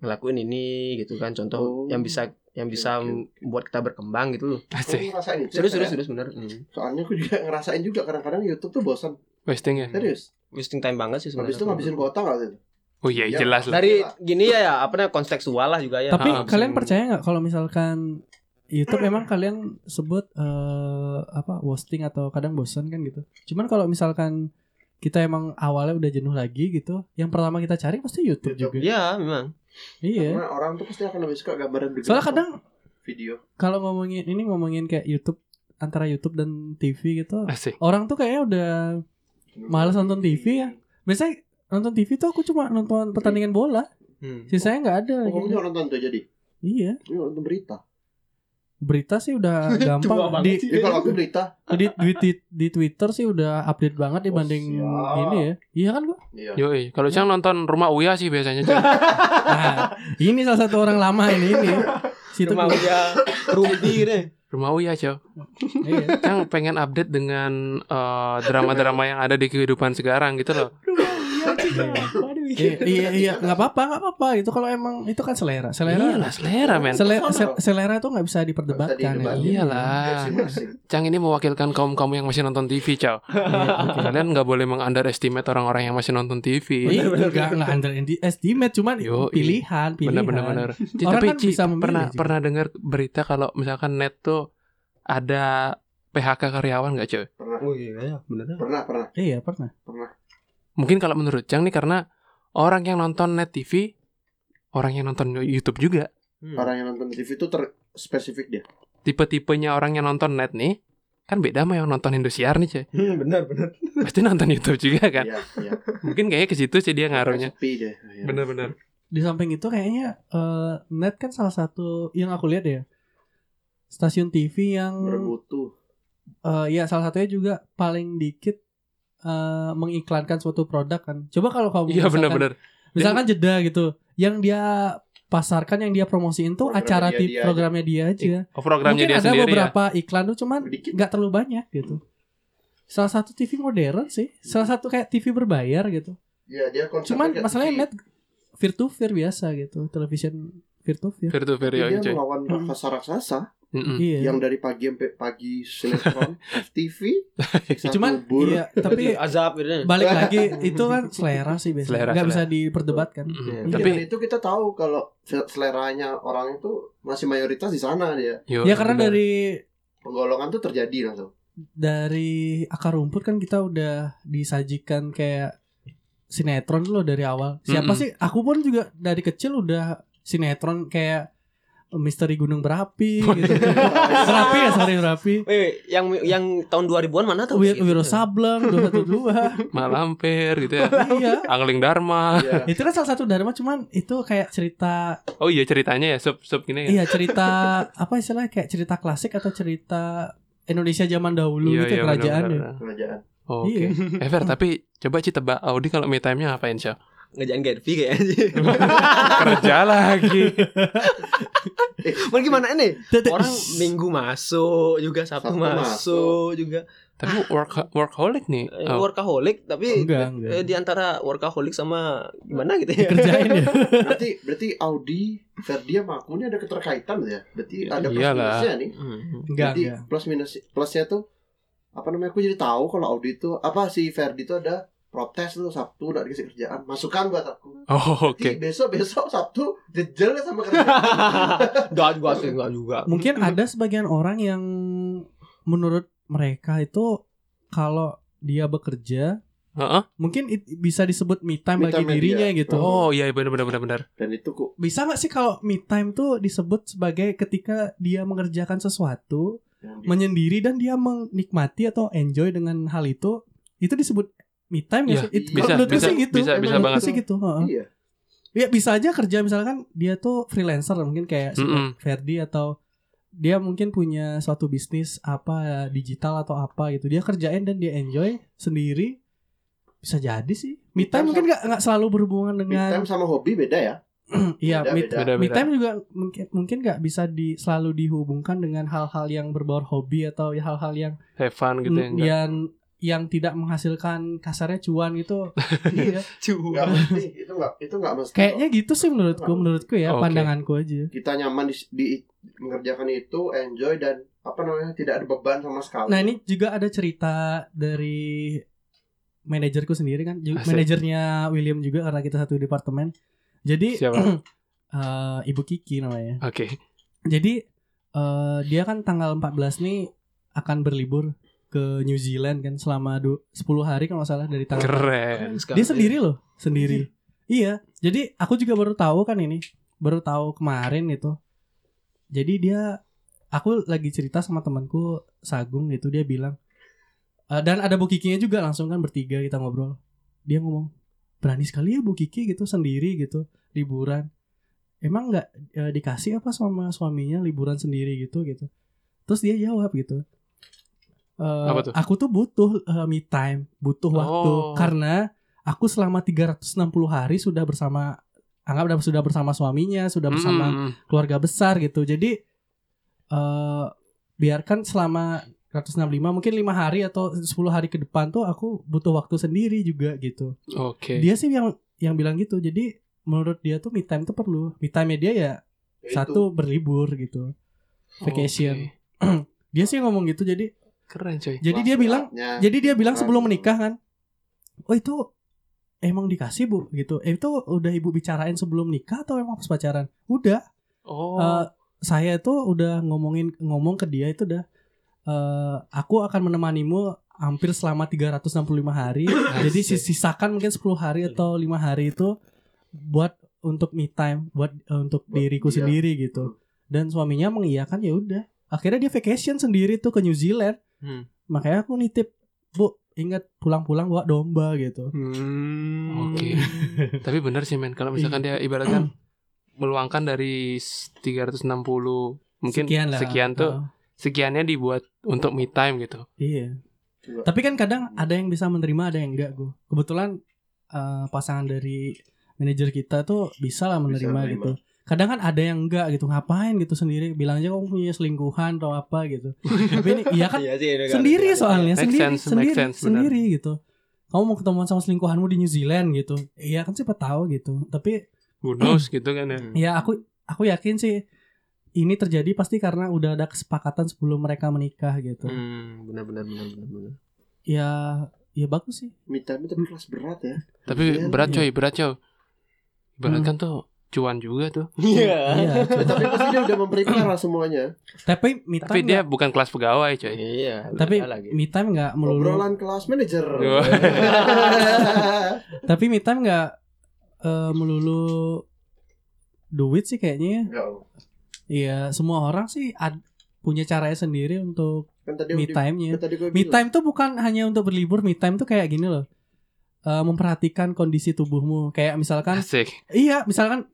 Speaker 2: ngelakuin ini gitu kan. Contoh
Speaker 4: Oh.
Speaker 2: yang bisa yang bisa
Speaker 4: Oke, oke,
Speaker 2: membuat kita berkembang gitu loh.
Speaker 4: Aku
Speaker 3: pasti
Speaker 4: ngerasain itu, Fer,
Speaker 2: Serius serius
Speaker 4: ya.
Speaker 2: serius bener. Hmm.
Speaker 4: Soalnya aku juga ngerasain juga kadang-kadang YouTube tuh bosan.
Speaker 3: wasting ya
Speaker 4: Serius.
Speaker 2: Wasting time banget sih sebenarnya.
Speaker 4: Habis itu ngabisin kuota enggak sih?
Speaker 3: oh iya
Speaker 4: Iya.
Speaker 3: jelas lah
Speaker 2: dari gini ya ya apa namanya kontekstual lah juga ya
Speaker 1: Tapi
Speaker 3: Ah,
Speaker 1: kalian percaya nggak kalau misalkan YouTube emang kalian sebut eh, apa wasting atau kadang bosan kan gitu. Cuman kalau misalkan kita emang awalnya udah jenuh lagi gitu, yang pertama kita cari pasti YouTube, juga.
Speaker 4: YouTube.
Speaker 2: ya memang
Speaker 1: Iya.
Speaker 4: Karena orang tuh pasti akan lebih suka gambaran video.
Speaker 1: Soalnya kadang
Speaker 4: video.
Speaker 1: kalau ngomongin ini ngomongin kayak YouTube antara YouTube dan TV gitu,
Speaker 3: asik
Speaker 1: orang tuh kayaknya udah Males nonton TV ya? biasanya nonton TV tuh aku cuma nonton pertandingan bola,
Speaker 2: hmm.
Speaker 1: sisanya nggak ada.
Speaker 4: Oh, kamu
Speaker 1: gitu.
Speaker 4: juga nonton tuh jadi.
Speaker 1: Iya,
Speaker 4: Ini walaupun berita.
Speaker 1: berita sih udah
Speaker 5: Tua
Speaker 1: gampang
Speaker 5: banget
Speaker 1: di
Speaker 5: sih.
Speaker 4: Ini kalau aku berita.
Speaker 1: di, di, di- di Twitter sih udah update banget dibanding
Speaker 4: Oh, siap.
Speaker 1: ini ya. Iya kan gua?
Speaker 4: Iya.
Speaker 3: Yoi, kalau Cang nonton Rumah Uya sih biasanya Cang.
Speaker 1: Nah, ini salah satu orang lama ini ini. Situ
Speaker 5: Cuma dia Rudy deh.
Speaker 3: Rumah Uya, Cang.
Speaker 1: Iya.
Speaker 3: Cang pengen update dengan eh, drama-drama yang ada di kehidupan sekarang gitu loh.
Speaker 1: Iya, iya, iya, nggak apa-apa, nggak apa-apa. Itu kalau emang itu kan selera, selera,
Speaker 3: Iyalah, Iya selera, men.
Speaker 1: selera, selera itu nggak bisa diperdebatkan.
Speaker 4: Iya.
Speaker 1: ya.
Speaker 4: Nggak bisa didebatin.
Speaker 3: Iyalah.
Speaker 4: Masing-masing.
Speaker 3: Cang ini mewakilkan kaum-kaum yang masih nonton TV, Cang.
Speaker 1: Iya, oke.
Speaker 3: Kalian nggak boleh meng-underestimate orang-orang yang masih nonton TV.
Speaker 1: Iya, nggak nggak underestimate, cuman
Speaker 3: Yoi.
Speaker 1: pilihan, pilihan.
Speaker 3: Bener-bener. bener. Ci,
Speaker 1: Orang
Speaker 3: Tapi
Speaker 1: kan
Speaker 3: Ci,
Speaker 1: bisa memilih,
Speaker 3: pernah
Speaker 1: Ci.
Speaker 3: pernah dengar berita kalau misalkan net tuh ada PHK karyawan nggak, Cang?
Speaker 4: Pernah.
Speaker 5: Oh iya, bener.
Speaker 4: Pernah, pernah.
Speaker 1: Iya, pernah.
Speaker 3: Mungkin kalau menurut Cang nih karena orang yang nonton net TV, orang yang nonton YouTube juga.
Speaker 2: Hmm.
Speaker 4: Orang yang nonton TV itu ter spesifik dia.
Speaker 3: tipe-tipenya orang yang nonton net nih kan beda sama yang nonton Indosiar nih cuy
Speaker 5: Hmm, Bener, bener.
Speaker 3: pasti nonton YouTube juga kan
Speaker 4: Iya, iya.
Speaker 3: mungkin kayaknya ke situ sih dia ngaruhnya
Speaker 4: Sepi dia. Iya.
Speaker 3: bener-bener
Speaker 1: Di samping itu kayaknya eh, net kan salah satu yang aku lihat ya. Stasiun TV yang
Speaker 4: Bermutu.
Speaker 1: eh, ya salah satunya juga paling dikit eh, mengiklankan suatu produk kan. Coba kalau kamu
Speaker 3: iya
Speaker 1: misalkan-
Speaker 3: bener-bener
Speaker 1: Misalkan jeda gitu, yang dia pasarkan yang dia promosiin tuh
Speaker 4: Programnya
Speaker 1: acara
Speaker 4: dia-
Speaker 1: TV
Speaker 4: dia aja.
Speaker 1: programnya dia aja.
Speaker 3: Oh, programnya
Speaker 1: Mungkin
Speaker 3: dia
Speaker 1: ada
Speaker 3: sendiri ya
Speaker 1: beberapa iklan tuh cuman
Speaker 4: Dikit.
Speaker 1: nggak terlalu banyak gitu. Salah satu TV modern sih, salah satu kayak TV berbayar gitu.
Speaker 4: Iya, dia konsepnya
Speaker 1: Cuman
Speaker 4: kayak TV.
Speaker 1: masalahnya net Virtu to peer biasa gitu, television Virtu to peer.
Speaker 3: Fair to fair ya
Speaker 4: dia
Speaker 3: cuy
Speaker 4: melawan
Speaker 1: Hmm.
Speaker 4: raksasa-raksasa
Speaker 3: Mm-mm.
Speaker 1: Iya.
Speaker 4: yang dari pagi sampai pagi sinetron TV
Speaker 1: Cuman iya, tapi
Speaker 5: azab gitu.
Speaker 2: ya.
Speaker 1: balik lagi itu kan selera sih
Speaker 3: Selera,
Speaker 1: biasanya. Nggak bisa diperdebatkan.
Speaker 3: Mm-mm.
Speaker 5: Iya.
Speaker 3: tapi
Speaker 4: tapi itu kita tahu kalau se- seleranya orang itu masih mayoritas di sana dia
Speaker 3: yo,
Speaker 1: Ya karena
Speaker 3: bener.
Speaker 1: dari
Speaker 4: penggolongan tuh terjadi langsung
Speaker 1: dari akar rumput kan kita udah disajikan kayak sinetron loh dari awal. Siapa
Speaker 3: Mm-mm.
Speaker 1: sih? Aku pun juga dari kecil udah sinetron kayak Misteri Gunung Berapi gitu. Berapi ya, sorry Berapi.
Speaker 2: Eh, yang yang tahun 2000-an mana
Speaker 4: Iya,
Speaker 2: tuh?
Speaker 4: gitu.
Speaker 2: Iya.
Speaker 1: Wir, Wiro Sableng 212.
Speaker 3: malam fair gitu ya
Speaker 1: iya.
Speaker 3: angling dharma
Speaker 4: Iya.
Speaker 1: Itu kan salah satu dharma cuman itu kayak cerita
Speaker 3: oh iya ceritanya ya sub sub gini ya
Speaker 1: iya cerita apa istilahnya kayak cerita klasik atau cerita Indonesia zaman dahulu
Speaker 3: Iya,
Speaker 1: gitu
Speaker 3: iya,
Speaker 1: kerajaan ya.
Speaker 3: bener-bener.
Speaker 4: kerajaan
Speaker 3: Oh,
Speaker 1: Iya.
Speaker 3: Oke. Eh, Fer, tapi coba Ci tebak Audi kalau me time-nya ngapain, Cak?
Speaker 2: Ngejalan Gervi kayak aja.
Speaker 3: Kerja lagi.
Speaker 2: Cuman gimana ini?
Speaker 1: Tetek.
Speaker 2: Orang minggu masuk juga Sabtu,
Speaker 4: Sabtu
Speaker 2: masuk,
Speaker 4: masuk.
Speaker 2: juga
Speaker 3: Tapi work workaholic nih.
Speaker 2: Eh,
Speaker 3: Oh,
Speaker 2: workaholic tapi
Speaker 1: Enggak,
Speaker 2: eh,
Speaker 1: enggak.
Speaker 2: di antara workaholic sama gimana gitu ya?
Speaker 1: Dikerjain ya.
Speaker 4: berarti berarti Audi Ferdi sama aku ini ada keterkaitan ya berarti ada plus
Speaker 3: Iyalah.
Speaker 4: minusnya nih
Speaker 2: Hmm.
Speaker 1: Enggak,
Speaker 4: berarti
Speaker 1: enggak.
Speaker 4: plus minus plusnya tuh apa namanya aku jadi tahu kalau Audi itu apa si Ferdi itu ada protes tuh Sabtu udah dikasih kerjaan masukan buat aku
Speaker 3: Oh, oke.
Speaker 4: besok besok Sabtu jejel deh sama kerja.
Speaker 2: Enggak gua sih enggak juga.
Speaker 1: mungkin ada sebagian orang yang menurut mereka itu kalau dia bekerja
Speaker 3: Heeh.
Speaker 1: mungkin it- bisa disebut me time
Speaker 4: Me
Speaker 1: bagi
Speaker 4: time-nya
Speaker 1: dirinya
Speaker 4: dia.
Speaker 1: gitu.
Speaker 3: Oh, iya benar benar benar benar.
Speaker 4: Dan itu kok
Speaker 1: Bisa nggak sih kalau me time tuh disebut sebagai ketika dia mengerjakan sesuatu menyendiri dan dia menikmati atau enjoy dengan hal itu, itu disebut me time nggak
Speaker 3: Iya,
Speaker 1: sih? It-
Speaker 4: bisa,
Speaker 1: kalau menurutku
Speaker 3: bisa,
Speaker 1: sih gitu.
Speaker 3: bisa,
Speaker 1: Kalau
Speaker 3: bisa
Speaker 1: menurutku
Speaker 3: banget.
Speaker 1: sih gitu. heeh.
Speaker 4: Iya.
Speaker 1: Ya bisa aja kerja misalkan dia tuh freelancer mungkin kayak si
Speaker 3: Mm-mm.
Speaker 1: Ferdi atau dia mungkin punya suatu bisnis apa digital atau apa gitu. Dia kerjain dan dia enjoy sendiri bisa jadi sih. Me
Speaker 4: Me time
Speaker 1: time mungkin nggak nggak selalu berhubungan
Speaker 4: Me time
Speaker 1: dengan
Speaker 4: sama hobi beda ya.
Speaker 1: iya
Speaker 4: beda,
Speaker 1: me,
Speaker 4: beda.
Speaker 3: Beda
Speaker 1: me
Speaker 3: beda.
Speaker 1: time juga mungkin mungkin nggak bisa di selalu dihubungkan dengan hal-hal yang berbau hobi atau hal-hal yang
Speaker 3: Have fun gitu ya.
Speaker 1: Mm,
Speaker 3: enggak?
Speaker 1: yang yang tidak menghasilkan kasarnya cuan gitu. iya.
Speaker 4: Enggak mesti itu enggak itu enggak mesti.
Speaker 1: Kayaknya gitu sih menurutku, menurutku ya,
Speaker 3: Oh, Oke.
Speaker 1: pandanganku aja.
Speaker 4: kita nyaman di, di- mengerjakan itu, enjoy dan apa namanya tidak ada beban sama sekali.
Speaker 1: Nah, ini juga ada cerita dari manajerku sendiri kan, ju-
Speaker 3: Asik.
Speaker 1: manajernya William juga karena kita satu departemen. Jadi
Speaker 3: Siapa?
Speaker 1: eh, Ibu Kiki namanya.
Speaker 3: Oke.
Speaker 1: Jadi eh, dia kan tanggal 14 nih akan berlibur ke New Zealand kan selama du- 10 hari kalau nggak salah dari tanggal
Speaker 3: Keren.
Speaker 1: Dia sendiri loh, sendiri. Iya. Jadi aku juga baru tahu kan ini, baru tahu kemarin itu. Jadi dia aku lagi cerita sama temanku Sagung gitu dia bilang eh, dan ada Bu Kikinya juga langsung kan bertiga kita ngobrol. Dia ngomong, "Berani sekali ya Bu Kiki gitu sendiri gitu, liburan." emang nggak eh, dikasih apa sama suaminya liburan sendiri gitu gitu terus dia jawab gitu "Eh,
Speaker 3: Apa tuh?
Speaker 1: aku tuh butuh eh, me time butuh waktu
Speaker 3: Oh.
Speaker 1: karena aku selama 360 hari sudah bersama anggap udah- sudah bersama suaminya sudah bersama
Speaker 3: Mm-mm.
Speaker 1: keluarga besar gitu. Jadi eh biarkan selama 165 mungkin lima hari atau 10 hari ke depan tuh aku butuh waktu sendiri juga gitu.
Speaker 3: Oke.
Speaker 1: Dia sih yang yang bilang gitu. Jadi menurut dia tuh me time tuh perlu. Me time dia ya
Speaker 4: Ya itu.
Speaker 1: satu berlibur gitu. Vacation.
Speaker 3: Oke.
Speaker 1: Dia sih ngomong gitu. Jadi
Speaker 3: Keren coy.
Speaker 1: jadi dia bilang
Speaker 4: Masalahnya,
Speaker 1: jadi dia bilang
Speaker 4: Nah,
Speaker 1: sebelum
Speaker 4: gitu.
Speaker 1: menikah kan, oh itu emang dikasih bu gitu. Eh, itu udah ibu bicarain sebelum nikah atau emang pas pacaran? Udah.
Speaker 3: Oh.
Speaker 1: Eh, saya itu udah ngomongin ngomong ke dia itu udah eh, aku akan menemanimu hampir selama 365 hari. Jadi sis- sisakan mungkin 10 hari atau lima hari itu buat untuk me time, buat eh, untuk
Speaker 4: Buat
Speaker 1: diriku
Speaker 3: iya.
Speaker 4: dia.
Speaker 1: sendiri
Speaker 3: Hmm.
Speaker 1: gitu. Dan suaminya mengiyakan ya udah. Akhirnya dia vacation sendiri tuh ke New Zealand.
Speaker 3: Hmm.
Speaker 1: Makanya aku nitip, "Bu, ingat pulang-pulang bawa domba" gitu.
Speaker 2: Hmm.
Speaker 3: Oke. Tapi bener sih men kalau misalkan dia ibaratkan meluangkan dari s- 360 mungkin sekian, tuh
Speaker 1: Heeh.
Speaker 3: sekiannya dibuat untuk me time
Speaker 1: Ah,
Speaker 3: gitu.
Speaker 1: Iya.
Speaker 4: Coba.
Speaker 1: Tapi kan kadang ada yang bisa menerima, ada yang enggak, gue. Kebetulan eh, pasangan dari manajer kita tuh bisa lah menerima,
Speaker 4: menerima.
Speaker 1: gitu. Kadang kan ada yang enggak gitu, ngapain gitu sendiri, bilang aja kamu punya selingkuhan atau apa gitu. Tapi ini iya kan
Speaker 5: Iya sih, ini kan-
Speaker 1: sendiri soalnya,
Speaker 3: Make
Speaker 1: sendiri,
Speaker 3: sense, make
Speaker 1: sendiri,
Speaker 3: sense, benar.
Speaker 1: sendiri gitu. Kamu mau ketemuan sama selingkuhanmu di New Zealand gitu. Iya kan siapa tahu gitu. Tapi
Speaker 3: Who knows gitu kan ya.
Speaker 1: ya aku aku yakin sih ini terjadi pasti karena udah ada kesepakatan sebelum mereka menikah gitu.
Speaker 2: Hmm, benar benar benar benar benar.
Speaker 1: Ya ya bagus sih.
Speaker 4: me time itu kelas berat ya.
Speaker 3: Tapi
Speaker 4: Iya,
Speaker 3: berat
Speaker 1: iya. Hmm.
Speaker 3: coy, berat coy. Ibaratkan tuh cuan juga tuh.
Speaker 5: Iya.
Speaker 1: Iya,
Speaker 4: Ya,
Speaker 1: coba.
Speaker 4: tapi pasti dia udah memprepare lah semuanya.
Speaker 1: Tapi me time
Speaker 3: Tapi dia bukan kelas pegawai coy.
Speaker 2: Iya.
Speaker 1: tapi
Speaker 2: beda lagi.
Speaker 1: me time nggak melulu.
Speaker 4: Obrolan kelas manajer.
Speaker 3: Yo.
Speaker 1: Tapi me time nggak eh, melulu duit sih kayaknya. ya.
Speaker 4: Enggak,
Speaker 1: Iya, semua orang sih ad- punya caranya sendiri untuk
Speaker 4: kan tadi
Speaker 1: me
Speaker 4: udah-
Speaker 1: time-nya.
Speaker 4: kan tadi gue
Speaker 1: Me
Speaker 4: bilang.
Speaker 1: time tuh bukan hanya untuk berlibur, me time tuh kayak gini loh. Eh, memperhatikan kondisi tubuhmu. Kayak misalkan
Speaker 3: Asik.
Speaker 1: Iya, misalkan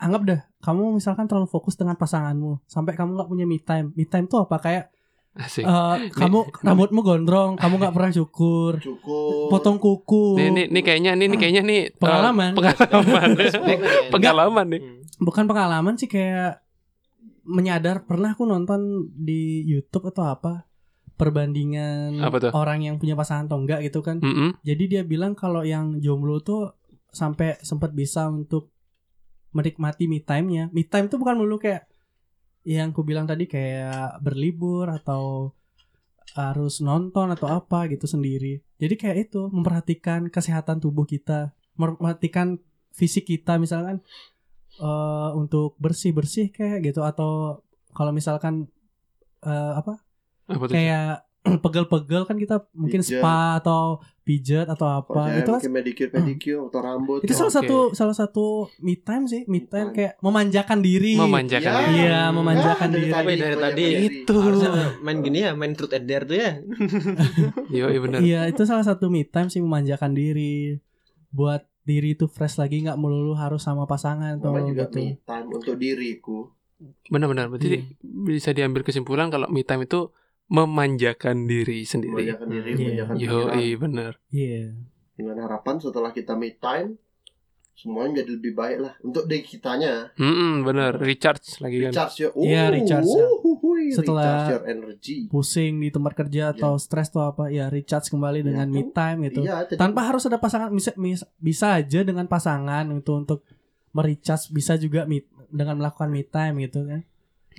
Speaker 1: anggap dah kamu misalkan terlalu fokus dengan pasanganmu sampai kamu nggak punya me time. Me time tuh apa kayak
Speaker 3: Asik.
Speaker 1: eh, kamu rambutmu gondrong, kamu nggak pernah cukur,
Speaker 4: cukup
Speaker 1: potong kuku.
Speaker 3: Nih, nih, nih kayaknya nih, nih kayaknya nih eh,
Speaker 1: Ah. Pengalaman. Iya.
Speaker 3: pengalaman. Nih, pengalaman nih.
Speaker 2: kan Hmm.
Speaker 1: Bukan pengalaman sih kayak menyadar pernah aku nonton di YouTube atau apa perbandingan
Speaker 3: Apa tuh?
Speaker 1: orang yang punya pasangan atau enggak gitu kan.
Speaker 3: Mm-mm.
Speaker 1: Jadi dia bilang kalau yang jomblo tuh sampai sempat bisa untuk menikmati me time-nya. Me time tuh bukan melulu kayak yang ku bilang tadi kayak berlibur atau harus nonton atau apa gitu sendiri. Jadi kayak itu memperhatikan kesehatan tubuh kita, memperhatikan fisik kita misalkan eh, untuk bersih-bersih kayak gitu atau kalau misalkan eh, apa
Speaker 3: Apa tuh?
Speaker 1: kayak pegel-pegel kan kita mungkin
Speaker 4: Pijat.
Speaker 1: spa atau pijat atau apa
Speaker 4: Kerjanya
Speaker 1: itu kan-
Speaker 4: pakai medicure pedicure atau rambut
Speaker 1: itu salah
Speaker 3: Oke.
Speaker 1: satu salah satu me time sih me time
Speaker 4: Me time.
Speaker 1: kayak memanjakan diri
Speaker 3: memanjakan
Speaker 4: Ya.
Speaker 3: diri.
Speaker 1: iya memanjakan
Speaker 4: Ya, dari
Speaker 1: diri
Speaker 2: tadi, dari tadi.
Speaker 4: Itu.
Speaker 2: Harusnya main gini ya, main truth and dare tuh ya.
Speaker 3: Yo, iya benar.
Speaker 1: iya itu salah satu me time sih memanjakan dadi buat diri itu fresh lagi nggak melulu harus sama pasangan atau
Speaker 4: Namanya juga
Speaker 1: gitu
Speaker 4: me time untuk diriku.
Speaker 3: Benar-benar. Berarti
Speaker 1: Iya.
Speaker 3: bisa diambil kesimpulan kalau me time itu memanjakan diri sendiri.
Speaker 4: Memanjakan diri,
Speaker 1: Iya.
Speaker 4: memanjakan
Speaker 3: Yo,
Speaker 4: pikiran.
Speaker 3: iya benar.
Speaker 1: iya
Speaker 4: Dengan harapan setelah kita me time semuanya jadi lebih baik lah untuk diri kitanya.
Speaker 3: Mm-mm, benar. Recharge lagi kan.
Speaker 4: Recharge your
Speaker 1: Iya, recharge, ya.
Speaker 4: uhuhui,
Speaker 1: Setelah-
Speaker 4: recharge your energy.
Speaker 1: pusing di tempat kerja atau stres atau apa ya recharge kembali dengan
Speaker 4: Iya.
Speaker 1: me time gitu
Speaker 4: Iya, jadi-
Speaker 1: tanpa harus ada pasangan bisa mis- bisa aja dengan pasangan itu untuk mericas bisa juga me- dengan melakukan me time gitu kan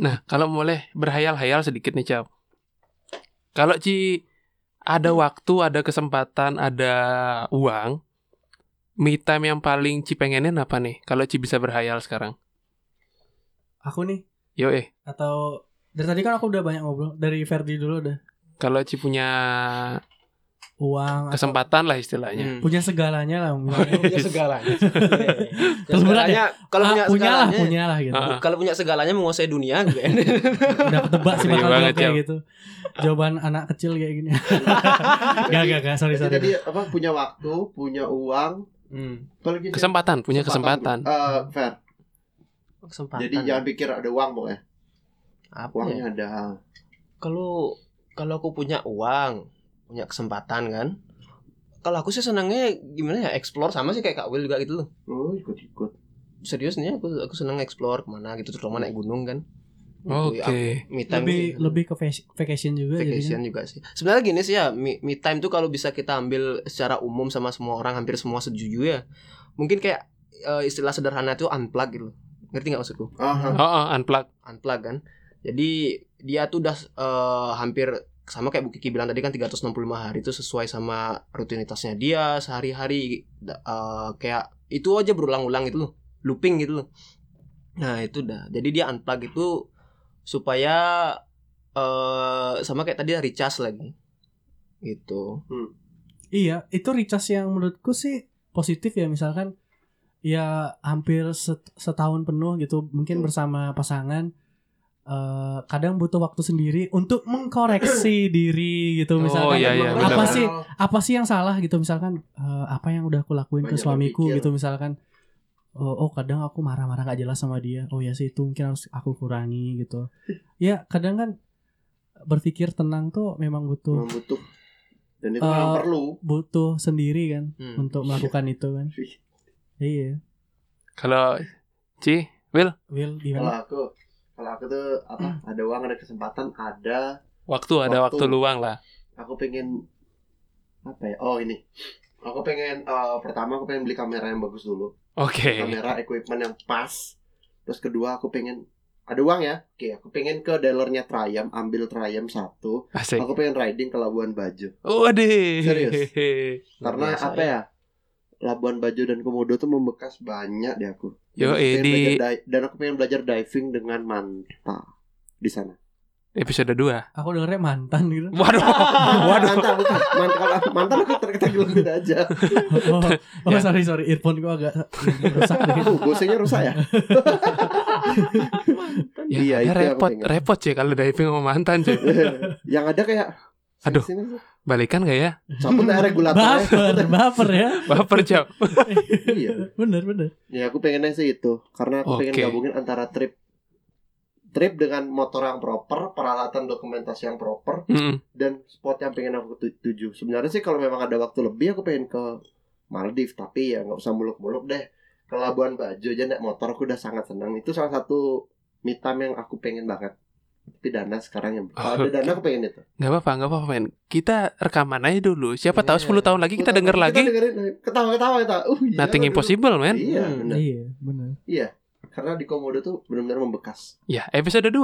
Speaker 3: Nah, kalau boleh berhayal-hayal sedikit nih, Cap. Kalau Ci ada waktu, ada kesempatan, ada uang, me time yang paling Ci pengenin apa nih? Kalau Ci bisa berhayal sekarang.
Speaker 1: aku nih
Speaker 3: Yo, eh,
Speaker 1: atau dari tadi kan aku udah banyak ngobrol dari Ferdi dulu udah
Speaker 3: kalau Ci punya
Speaker 1: uang atau-
Speaker 3: kesempatan lah
Speaker 2: Hmm.
Speaker 3: istilahnya.
Speaker 1: punya segalanya lah
Speaker 5: Iya,
Speaker 1: mungkin.
Speaker 5: punya segalanya.
Speaker 1: Terus berat ya?
Speaker 2: kalau
Speaker 1: Ah,
Speaker 2: punya,
Speaker 1: punya lah
Speaker 2: segalanya-
Speaker 1: punya lah gitu
Speaker 3: Ah,
Speaker 2: Kalau punya segalanya menguasai dunia gitu ya.
Speaker 1: udah ketebak sih
Speaker 3: Ngeri
Speaker 1: bakal
Speaker 3: banget,
Speaker 1: jawab kayak
Speaker 3: Jam.
Speaker 1: gitu jawaban anak kecil kayak gini gak gak gak sorry
Speaker 4: jadi
Speaker 1: sorry
Speaker 4: tadi apa punya waktu, punya uang,
Speaker 2: Hmm.
Speaker 4: apalagi
Speaker 3: Kesempatan, punya kesempatan.
Speaker 4: Eh, fair.
Speaker 2: kesempatan. ya.
Speaker 4: Jadi jangan pikir ada uang pokoknya.
Speaker 2: apa ya?
Speaker 1: Iya.
Speaker 4: Uangnya ada.
Speaker 2: kalau kalau aku punya uang punya kesempatan kan kalau aku sih senangnya gimana ya explore sama sih kayak Kak Will juga gitu loh
Speaker 4: Oh, ikut-ikut.
Speaker 2: seriusnya aku aku seneng explore kemana gitu terutama naik gunung kan
Speaker 3: Oke.
Speaker 2: Itu ya, me time
Speaker 1: lebih
Speaker 2: gitu.
Speaker 1: lebih ke vac- vacation juga
Speaker 2: vacation
Speaker 1: jadinya.
Speaker 2: juga sih sebenarnya gini sih ya me, me time tuh kalau bisa kita ambil secara umum sama semua orang hampir semua setuju ya mungkin kayak eh, istilah sederhana tuh unplug gitu loh. ngerti nggak maksudku
Speaker 4: Ah,
Speaker 3: Oh, oh, unplug.
Speaker 2: unplug kan. Jadi dia tuh udah eh, hampir sama kayak Bu Kiki bilang tadi kan 365 hari itu sesuai sama rutinitasnya dia sehari-hari Da- eh, kayak itu aja berulang-ulang itu loh, looping gitu loh. Nah, itu dah. Jadi dia unplug itu supaya eh sama kayak tadi recharge lagi. Gitu.
Speaker 1: Iya, itu recharge yang menurutku sih positif ya misalkan ya hampir set- setahun penuh gitu mungkin
Speaker 4: Hmm.
Speaker 1: bersama pasangan eh, kadang butuh waktu sendiri untuk mengkoreksi diri gitu
Speaker 3: Oh,
Speaker 4: ah.
Speaker 1: misalkan
Speaker 3: iya, iya,
Speaker 1: apa
Speaker 3: benar.
Speaker 1: sih apa sih yang salah gitu misalkan eh, apa yang udah aku lakuin ke
Speaker 4: Banyak
Speaker 1: suamiku
Speaker 4: berpikir.
Speaker 1: gitu misalkan oh, oh, kadang aku marah-marah gak jelas sama dia oh ya sih itu mungkin harus aku kurangi gitu ya kadang kan berpikir tenang tuh memang butuh
Speaker 4: Membutuh. Dan itu
Speaker 1: Eh,
Speaker 4: memang perlu.
Speaker 1: butuh sendiri kan
Speaker 2: Hmm.
Speaker 1: untuk melakukan itu kan iya
Speaker 3: Kalau Ci,
Speaker 1: Will
Speaker 4: Kalau
Speaker 1: gimana
Speaker 4: aku kalau aku tuh apa? Ada uang, ada kesempatan, ada
Speaker 3: waktu ada waktu,
Speaker 4: Waktu.
Speaker 3: luang lah.
Speaker 4: aku pengen apa ya? Oh, ini. Aku pengen eh, pertama aku pengen beli kamera yang bagus dulu.
Speaker 3: Oke.
Speaker 4: Kamera equipment yang pas. Terus kedua aku pengen ada uang ya. Oke, aku pengen ke dealernya Triumph, ambil Triumph satu.
Speaker 3: Asik.
Speaker 4: Aku pengen riding ke Labuan Bajo.
Speaker 3: Waduh.
Speaker 4: Serius?
Speaker 2: Luar
Speaker 4: Karena
Speaker 2: biasa,
Speaker 4: apa ya? Labuan Bajo dan Komodo tuh membekas banyak di aku.
Speaker 3: Yo,
Speaker 4: Dan aku pengen
Speaker 3: di
Speaker 4: belajar di- dan aku pengen belajar diving dengan mantap di sana.
Speaker 3: episode 2.
Speaker 1: aku dengernya mantan gitu
Speaker 3: Waduh.
Speaker 4: Ah,
Speaker 3: Waduh.
Speaker 4: Mantap, mantap, mantap, mantap, aku terkejut aja.
Speaker 1: oh, oh,
Speaker 3: Ya.
Speaker 1: sorry sorry earphone gua agak rusak dikit.
Speaker 4: Oh, bosenya rusak ya?
Speaker 3: Ya,
Speaker 4: Iya,
Speaker 3: ada
Speaker 4: itu yang aku
Speaker 3: repot,
Speaker 4: pengen.
Speaker 3: repot sih kalau diving sama mantan cuy.
Speaker 4: yang ada kayak
Speaker 3: Aduh.
Speaker 4: sini, sini.
Speaker 3: Balikan gak ya?
Speaker 4: cabut aja regulatornya
Speaker 1: baper baper ya
Speaker 3: Baper jauh.
Speaker 4: iya
Speaker 1: bener bener
Speaker 4: ya aku pengennya sih itu karena aku pengen
Speaker 3: Oke.
Speaker 4: gabungin antara trip trip dengan motor yang proper peralatan dokumentasi yang proper
Speaker 3: Mm-mm.
Speaker 4: dan spot yang pengen aku tu- tuju sebenarnya sih kalau memang ada waktu lebih aku pengen ke Maldives tapi ya nggak usah muluk-muluk deh ke Labuan Bajo aja naik motor aku udah sangat senang itu salah satu me time yang aku pengen banget tapi dana sekarang yang kalau ada dana aku pengen itu
Speaker 3: Gak apa-apa, gak apa-apa men. Kita rekaman aja dulu. Siapa tahu
Speaker 2: Iya.
Speaker 3: 10 tahun lagi kita denger lagi.
Speaker 4: dengerin, ketawa-ketawa kita uh, iya,
Speaker 3: Nothing
Speaker 4: aduh.
Speaker 3: impossible kan? men.
Speaker 4: iya
Speaker 2: Hmm.
Speaker 4: benar
Speaker 1: iya bener
Speaker 4: karena di komodo tuh benar-benar membekas.
Speaker 3: Ya, episode 2.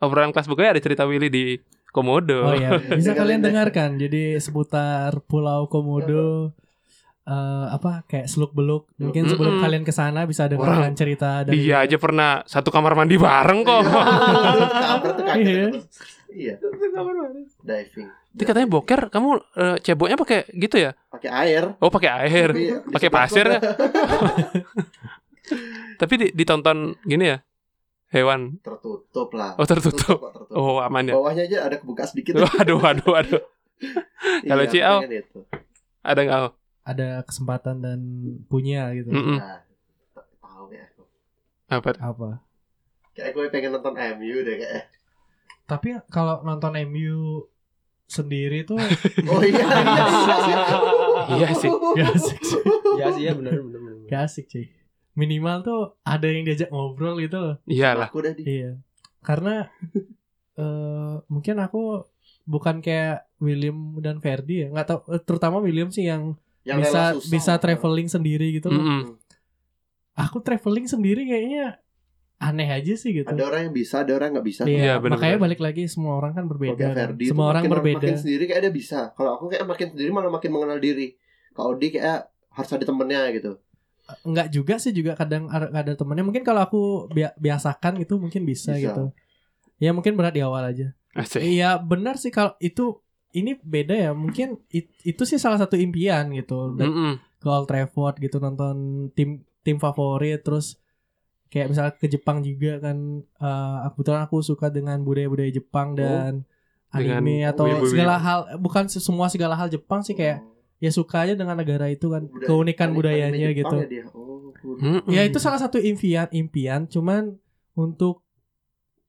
Speaker 3: Obrolan kelas buku ada cerita Willy di Komodo.
Speaker 1: oh iya bisa
Speaker 4: Dengerin
Speaker 1: kalian
Speaker 4: deh.
Speaker 1: dengarkan jadi seputar Pulau Komodo eh, apa kayak seluk beluk mungkin sebelum
Speaker 3: Mm-mm.
Speaker 1: kalian kesana bisa dengarkan
Speaker 3: Orang.
Speaker 1: cerita dari
Speaker 3: Dia aja pernah satu kamar mandi bareng kok.
Speaker 4: Iya. Kabar tuh kaget
Speaker 1: Iya.
Speaker 4: terus. Iya. Diving.
Speaker 3: Itu katanya boker, kamu eh, ceboknya pakai gitu ya?
Speaker 4: Pakai air.
Speaker 3: Oh pakai air,
Speaker 4: Iya,
Speaker 3: pakai
Speaker 4: disebut
Speaker 3: pasir
Speaker 4: kok.
Speaker 3: ya? Tapi di- ditonton gini ya, hewan.
Speaker 4: Tertutup lah.
Speaker 3: Oh tertutup.
Speaker 4: kok, tertutup.
Speaker 3: Oh aman ya.
Speaker 4: Bawahnya aja ada kebuka sedikit.
Speaker 3: Waduh, waduh, waduh.
Speaker 4: Iya,
Speaker 3: Kalau
Speaker 4: aku
Speaker 3: Ciao?
Speaker 4: pengen itu.
Speaker 3: Ada nggak? Oh.
Speaker 1: Iya. ada kesempatan dan punya gitu
Speaker 3: Mm-mm.
Speaker 4: Nah, tak tahu ya. aku.
Speaker 3: Apa?
Speaker 1: apa
Speaker 4: Kayak gue pengen nonton MU deh kayak.
Speaker 1: tapi kalau nonton MU sendiri tuh
Speaker 4: Oh iya. iya, iya,
Speaker 1: Ah.
Speaker 3: Iya sih.
Speaker 1: gak asik Ya, sih
Speaker 5: Iya sih ya benar benar benar.
Speaker 1: gak asik sih minimal tuh ada yang diajak ngobrol gitu loh
Speaker 3: Iyalah.
Speaker 4: Aku udah di
Speaker 1: Iya. Karena eh mungkin aku bukan kayak William dan Ferdi ya, nggak tahu eh, terutama William sih yang,
Speaker 4: yang
Speaker 1: bisa
Speaker 4: rela susah. Hmm.
Speaker 1: bisa traveling sendiri gitu. loh.
Speaker 3: Mm-mm.
Speaker 1: Aku traveling sendiri kayaknya aneh aja sih gitu.
Speaker 4: Ada orang yang bisa, ada orang yang nggak bisa.
Speaker 1: Iya,
Speaker 3: Iya, bener-bener.
Speaker 1: makanya balik lagi semua orang kan berbeda.
Speaker 4: Kalau
Speaker 1: kan.
Speaker 4: Ferdi
Speaker 1: semua
Speaker 4: tuh
Speaker 1: orang
Speaker 4: makin-
Speaker 1: berbeda.
Speaker 4: Makin sendiri kayak dia bisa. Kalau aku kayak makin sendiri malah makin mengenal diri. Kalau Odi kayak harus ada temennya gitu.
Speaker 1: Enggak juga sih juga kadang ada ada temennya. Mungkin kalau aku bia- biasakan gitu mungkin bisa,
Speaker 4: Bisa.
Speaker 1: gitu. Ya mungkin berat di awal aja.
Speaker 3: Asik.
Speaker 1: Iya benar sih kalau itu ini beda ya mungkin it- itu sih salah satu impian gitu Dan
Speaker 3: Mm-mm.
Speaker 1: ke Old Trafford gitu nonton tim tim favorit terus kayak misalnya ke Jepang juga kan eh kebetulan aku suka dengan budaya-budaya Jepang dan
Speaker 3: Dengan
Speaker 1: anime atau
Speaker 3: wibu-wibu.
Speaker 1: segala hal bukan se- semua segala hal Jepang sih kayak ya suka aja dengan negara itu kan
Speaker 4: Oh, Budaya-
Speaker 1: keunikan
Speaker 4: anime-
Speaker 1: budayanya
Speaker 4: anime Jepang
Speaker 1: gitu
Speaker 4: ya dia. Oh. guru.
Speaker 3: Mm-mm.
Speaker 1: Ya itu salah satu impian-impian, cuman untuk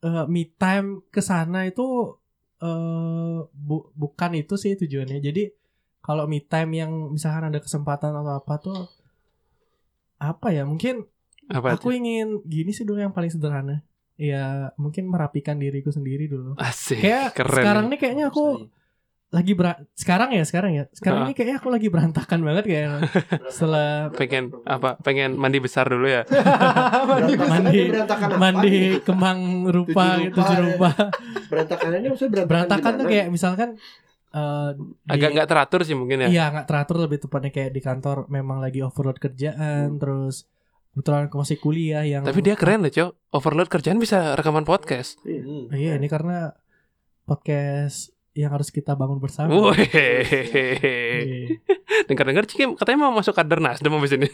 Speaker 1: eh, me time ke sana itu eh bu- bukan itu sih tujuannya. Jadi kalau me time yang misalkan ada kesempatan atau apa tuh apa ya? Mungkin
Speaker 3: apa
Speaker 1: aku
Speaker 3: tuh?
Speaker 1: ingin gini sih dulu yang paling sederhana. Ya mungkin merapikan diriku sendiri dulu.
Speaker 3: Asik,
Speaker 1: Kayak
Speaker 3: keren.
Speaker 1: sekarang nih kayaknya aku lagi bera- sekarang ya sekarang ya sekarang
Speaker 3: Ah.
Speaker 1: ini kayaknya aku lagi berantakan banget kayak setelah
Speaker 3: pengen apa? Pengen mandi besar dulu ya.
Speaker 1: Iya. mandi
Speaker 4: Berantakan
Speaker 1: mandi
Speaker 4: ini berantakan apa
Speaker 1: mandi
Speaker 4: nih?
Speaker 1: kembang rupa
Speaker 4: Tujuh
Speaker 1: gitu
Speaker 4: rupa,
Speaker 1: tujuh
Speaker 4: ya.
Speaker 1: rupa
Speaker 4: Berantakan ini maksudnya berantakan.
Speaker 1: berantakan tuh
Speaker 4: gimana?
Speaker 1: kayak misalkan eh, di-
Speaker 3: Agak nggak teratur sih mungkin ya.
Speaker 1: iya nggak teratur lebih tepatnya kayak di kantor memang lagi overload kerjaan terus kebetulan aku masih kuliah yang
Speaker 3: Hmm. Tapi dia keren loh, Cok. Overload kerjaan bisa rekaman podcast.
Speaker 4: Iya.
Speaker 1: iya ini karena podcast yang harus kita bangun bersama
Speaker 3: Woi.
Speaker 1: Iya.
Speaker 3: Dengar-dengar Ciki katanya mau masuk kader Nasdem habis ini.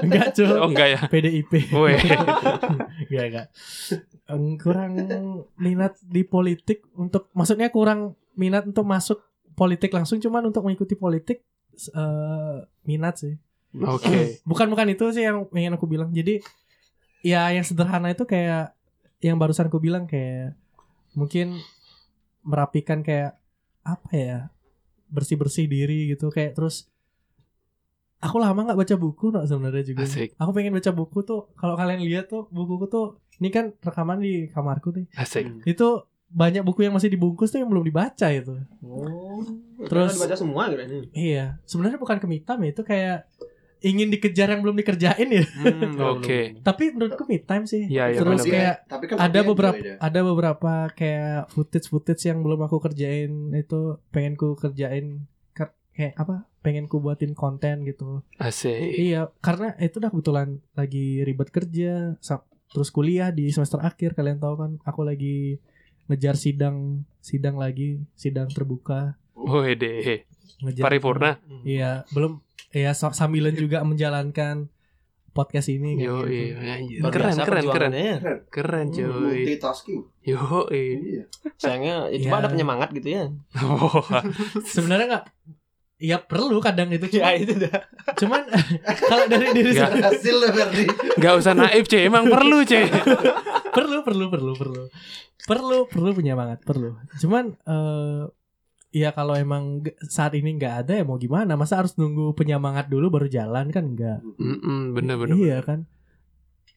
Speaker 1: enggak cuy
Speaker 3: Oh enggak ya.
Speaker 1: PDIP
Speaker 3: Woi.
Speaker 1: Gak, gak. Em, Kurang minat di politik untuk maksudnya kurang minat untuk masuk politik langsung cuman untuk mengikuti politik s- eh, minat sih.
Speaker 3: Oke.
Speaker 1: Bukan bukan itu sih yang ingin aku bilang. Jadi ya yang sederhana itu kayak yang barusan aku bilang kayak mungkin merapikan kayak apa ya? bersih-bersih diri gitu kayak terus aku lama nggak baca buku no sebenarnya juga
Speaker 3: Asik.
Speaker 1: aku pengen baca buku tuh kalau kalian lihat tuh bukuku tuh ini kan rekaman di kamarku nih
Speaker 3: Asik.
Speaker 1: itu banyak buku yang masih dibungkus tuh yang belum dibaca itu
Speaker 5: Oh.
Speaker 1: Terus-
Speaker 5: Terus dibaca semua gitu ini.
Speaker 1: iya sebenarnya bukan kemitam ya itu kayak ingin dikejar yang belum dikerjain ya
Speaker 3: Oke.
Speaker 1: tapi menurutku me time sih
Speaker 3: Iya, iya,
Speaker 1: terus
Speaker 3: benar-benar.
Speaker 1: kayak
Speaker 4: tapi kan
Speaker 1: ada
Speaker 4: tapi
Speaker 1: beberapa
Speaker 4: enjoy dia.
Speaker 1: ada beberapa kayak footage footage yang belum aku kerjain itu pengen ku kerjain ke- kayak apa pengen ku buatin konten gitu
Speaker 3: Asik.
Speaker 1: Iya, karena itu udah kebetulan lagi ribet kerja, sa- terus kuliah di semester akhir kalian tahu kan, aku lagi ngejar sidang, sidang lagi, sidang terbuka,
Speaker 3: Woi deh.
Speaker 1: ngejar
Speaker 3: Paripurna.
Speaker 1: Iya, belum ya sa- sambilan juga menjalankan podcast ini kayak
Speaker 3: Yo,
Speaker 1: gitu.
Speaker 5: Iya,
Speaker 1: Hmm.
Speaker 3: keren keren keren
Speaker 5: Ya.
Speaker 3: keren cuy.
Speaker 4: multitasking
Speaker 3: Yo,
Speaker 4: iya
Speaker 2: Sayangnya
Speaker 1: Iya.
Speaker 2: ya cuma ada penyemangat gitu ya.
Speaker 1: Sebenarnya nggak ya perlu kadang itu
Speaker 2: Ya
Speaker 1: cuman,
Speaker 2: itu dah.
Speaker 1: cuman kalau dari diri
Speaker 3: Nggak.
Speaker 1: sendiri-
Speaker 4: berhasil loh Ferdi
Speaker 3: nggak usah naif cuy, emang perlu cuy.
Speaker 1: perlu perlu perlu perlu perlu perlu penyemangat perlu cuman eh ya kalau emang nggak- saat ini nggak ada ya mau gimana masa harus nunggu penyemangat dulu baru jalan kan enggak
Speaker 3: Mm-mm, bener bener.
Speaker 1: iya kan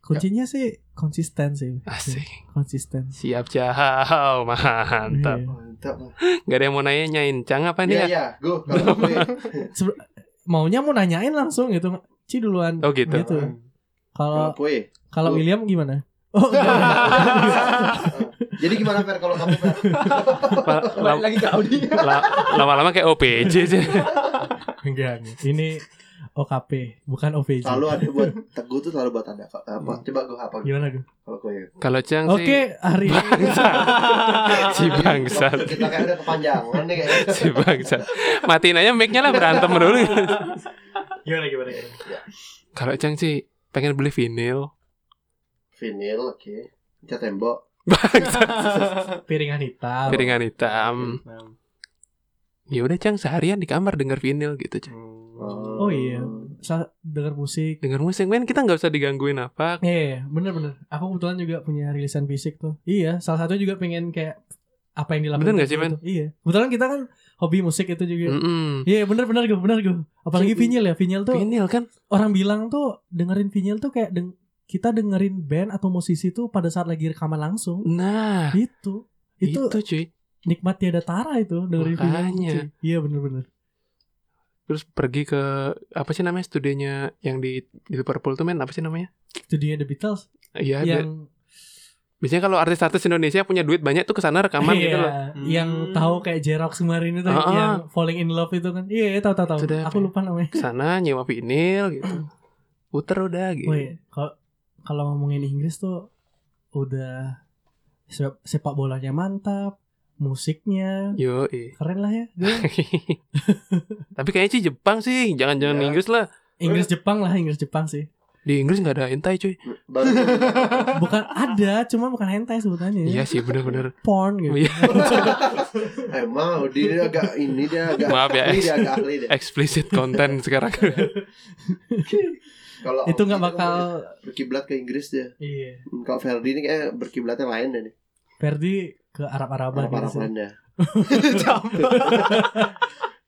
Speaker 1: kuncinya sih konsisten sih
Speaker 3: Asik.
Speaker 1: konsisten
Speaker 3: Siap jauh, mantap.
Speaker 1: Iya.
Speaker 4: mantap
Speaker 3: Gak ada yang mau nanya nyain cang apa
Speaker 4: iya
Speaker 3: nih? ya?
Speaker 4: iya go kalau gue
Speaker 1: Sebe- maunya mau nanyain langsung gitu Ci duluan
Speaker 3: Oh gitu.
Speaker 1: gitu Oh.
Speaker 4: kalau
Speaker 1: kalau
Speaker 4: gue
Speaker 1: kalau
Speaker 4: Lu.
Speaker 1: William gimana oh enggak.
Speaker 4: jadi gimana Fer kalau kamu Fer
Speaker 3: Pa-
Speaker 5: Balik lagi ke Audi.
Speaker 3: la- lama-lama kayak OPJ cuy.
Speaker 1: enggak enggak. ini OKP bukan OVJ
Speaker 4: selalu ada buat teguh tuh selalu buat anda Kak. apa coba gue apa
Speaker 1: gimana gue
Speaker 4: kalau ya. gue
Speaker 3: Kalau cang
Speaker 1: oke
Speaker 3: sih
Speaker 1: hari ini
Speaker 3: bangsa, si bangsa,
Speaker 4: Waktu kita kayak udah kepanjangan nih kayaknya
Speaker 3: si bangsa. Matiin aja mic-nya lah berantem dulu.
Speaker 1: gimana gimana, gimana?
Speaker 3: Kalau cang sih pengen beli vinil.
Speaker 4: vinil oke cat tembok
Speaker 3: Bangsa,
Speaker 1: piringan hitam
Speaker 3: piringan hitam. Ya udah cang seharian di kamar denger vinil gitu cang.
Speaker 1: Oh, iya. Sa- denger musik
Speaker 3: Denger musik men kita nggak usah digangguin apa.
Speaker 1: Iya, iya, bener-bener. Aku kebetulan juga punya rilisan fisik tuh. Iya, salah satu juga pengen kayak apa yang dilakukan.
Speaker 3: Bener nggak sih,
Speaker 1: gitu.
Speaker 3: Men? Mm.
Speaker 1: Iya. Kebetulan kita kan hobi musik itu juga.
Speaker 3: Mm-mm.
Speaker 1: Iya, bener-bener gue, bener gue. Apalagi
Speaker 4: Cuy.
Speaker 1: vinyl ya, vinyl tuh.
Speaker 3: Vinil kan?
Speaker 1: Orang bilang tuh dengerin vinyl tuh kayak deng- kita dengerin band atau musisi tuh pada saat lagi rekaman langsung.
Speaker 3: Nah,
Speaker 1: Itu,
Speaker 3: itu,
Speaker 1: itu,
Speaker 3: cuy.
Speaker 1: nikmat tiada tara itu dengerin
Speaker 3: Makanya.
Speaker 1: vinyl. cuy. Iya, bener-bener.
Speaker 3: Terus pergi ke apa sih namanya studionya yang di, di Liverpool tuh men apa sih namanya?
Speaker 1: Studio The Beatles
Speaker 3: Iya, bi-
Speaker 1: yang
Speaker 3: biasanya kalau artis-artis Indonesia punya duit banyak tuh ke sana rekaman
Speaker 1: Iya,
Speaker 3: gitu loh.
Speaker 1: Yang
Speaker 5: Hmm.
Speaker 1: tahu kayak Jerox kemarin itu
Speaker 3: Ah, ah.
Speaker 1: yang Falling in Love itu kan. Iya, iya tahu tahu tahu.
Speaker 3: Itu deh,
Speaker 1: Aku
Speaker 3: apa ya?
Speaker 1: lupa namanya.
Speaker 3: Ke sana nyewa vinil gitu. Puter udah
Speaker 1: Woi,
Speaker 3: gitu.
Speaker 1: Oh iya, kalau kalau ngomongin Inggris tuh udah se- sepak bolanya mantap, musiknya
Speaker 3: Yo.
Speaker 1: keren lah ya. Gue
Speaker 3: Tapi kayaknya sih Jepang sih, jangan-jangan
Speaker 4: Ya.
Speaker 1: Iya.
Speaker 3: Inggris lah.
Speaker 1: Inggris Jepang lah, Inggris Jepang sih.
Speaker 3: Di Inggris nggak ada hentai cuy.
Speaker 4: Eh, Baru
Speaker 1: Bukan ada, cuma bukan hentai sebutannya.
Speaker 3: Iya sih bener-bener.
Speaker 1: Porn gitu.
Speaker 3: Iya.
Speaker 4: eh mau dia agak ini dia agak
Speaker 3: Maaf ya,
Speaker 1: Iya.
Speaker 3: Ex.
Speaker 4: ini dia agak ahli deh.
Speaker 3: Explicit content sekarang.
Speaker 4: Kalau
Speaker 1: Itu nggak
Speaker 4: Oki
Speaker 1: bakal
Speaker 4: berkiblat ke Inggris dia.
Speaker 1: Iya.
Speaker 4: Hmm, Kalau Ferdi ini kayak berkiblatnya lain deh nih.
Speaker 1: Ferdi ke Arab-Araban
Speaker 4: Arab
Speaker 1: gitu. sih.
Speaker 4: Araban dia.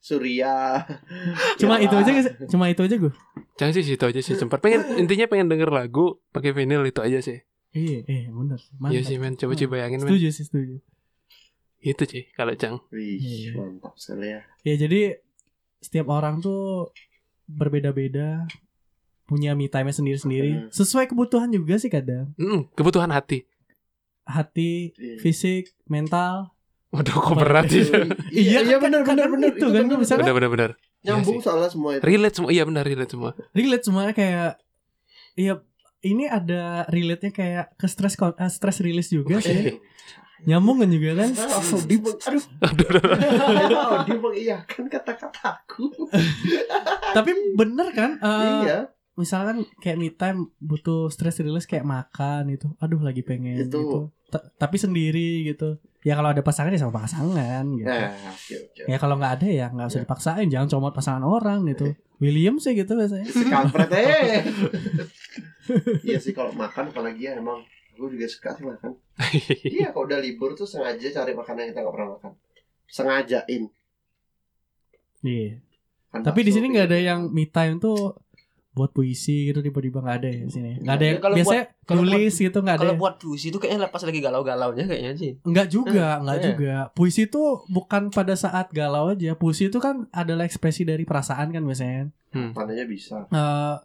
Speaker 4: Suria.
Speaker 1: Cuma
Speaker 4: Ya.
Speaker 1: itu aja kan? nggak sih? Cuma itu aja gue.
Speaker 3: Jangan sih situ aja sih sempat. Pengen intinya pengen denger lagu pakai vinyl itu aja sih.
Speaker 1: Iya, iya bener. Mantap.
Speaker 3: Iya sih men, coba coba bayangin men.
Speaker 1: Setuju sih, setuju.
Speaker 3: Itu sih kalau Cang.
Speaker 4: Wih,
Speaker 1: Iya.
Speaker 4: mantap sekali ya.
Speaker 1: Ya jadi setiap orang tuh berbeda-beda punya me time-nya sendiri-sendiri
Speaker 4: Hmm.
Speaker 1: sesuai kebutuhan juga sih kadang
Speaker 3: Mm, kebutuhan hati.
Speaker 1: hati
Speaker 4: Iya.
Speaker 1: fisik mental
Speaker 3: Waduh kok berat sih.
Speaker 1: Iya,
Speaker 4: iya
Speaker 1: kan-
Speaker 4: benar benar
Speaker 1: kadang
Speaker 4: benar
Speaker 1: gitu kan, bisa
Speaker 3: Bener bener bener.
Speaker 4: nyambung
Speaker 3: Iya
Speaker 4: soalnya semua itu.
Speaker 3: Relate semua. Iya bener relate semua.
Speaker 1: relate semuanya kayak iya ini ada relate-nya kayak ke stress kon- eh, stress release juga sih
Speaker 4: Eh,
Speaker 1: nyambung kan juga kan
Speaker 4: Audi meng, aduh,
Speaker 3: Aduh, aduh, aduh.
Speaker 4: Audi Oh, mengiyakan kata-kataku.
Speaker 1: tapi bener kan eh,
Speaker 4: iya,
Speaker 1: misalkan kayak me time butuh stress release kayak makan itu aduh lagi pengen
Speaker 4: Itu.
Speaker 1: gitu Ta- tapi sendiri gitu ya kalau ada pasangan ya sama pasangan gitu
Speaker 4: nah, oke oke.
Speaker 2: Iya.
Speaker 1: ya kalau nggak ada ya nggak usah
Speaker 4: Ya.
Speaker 1: dipaksain jangan comot pasangan orang gitu William sih gitu biasanya
Speaker 4: Kampret eh. Iya sih kalau makan apalagi ya emang aku juga suka sih makan. Iya kalau udah libur tuh sengaja cari makanan yang kita nggak pernah makan. Sengajain.
Speaker 1: iya
Speaker 4: Kan
Speaker 1: tapi di
Speaker 4: bakso,
Speaker 1: sini nggak ada
Speaker 2: gitu.
Speaker 4: pizza.
Speaker 1: yang me time tuh buat puisi gitu tiba-tiba nggak ada ya di sini nggak ada yang
Speaker 2: Ya, kalau
Speaker 1: biasanya
Speaker 2: kalau
Speaker 1: nulis gitu nggak ada
Speaker 2: Kalau
Speaker 1: yang-
Speaker 2: buat puisi itu kayaknya lepas lagi galau-galaunya kayaknya sih.
Speaker 1: Enggak juga, enggak
Speaker 2: iya.
Speaker 1: juga. Puisi itu bukan pada saat galau aja. Puisi itu kan adalah ekspresi dari perasaan kan biasanya.
Speaker 4: Tandanya bisa.
Speaker 1: Eh,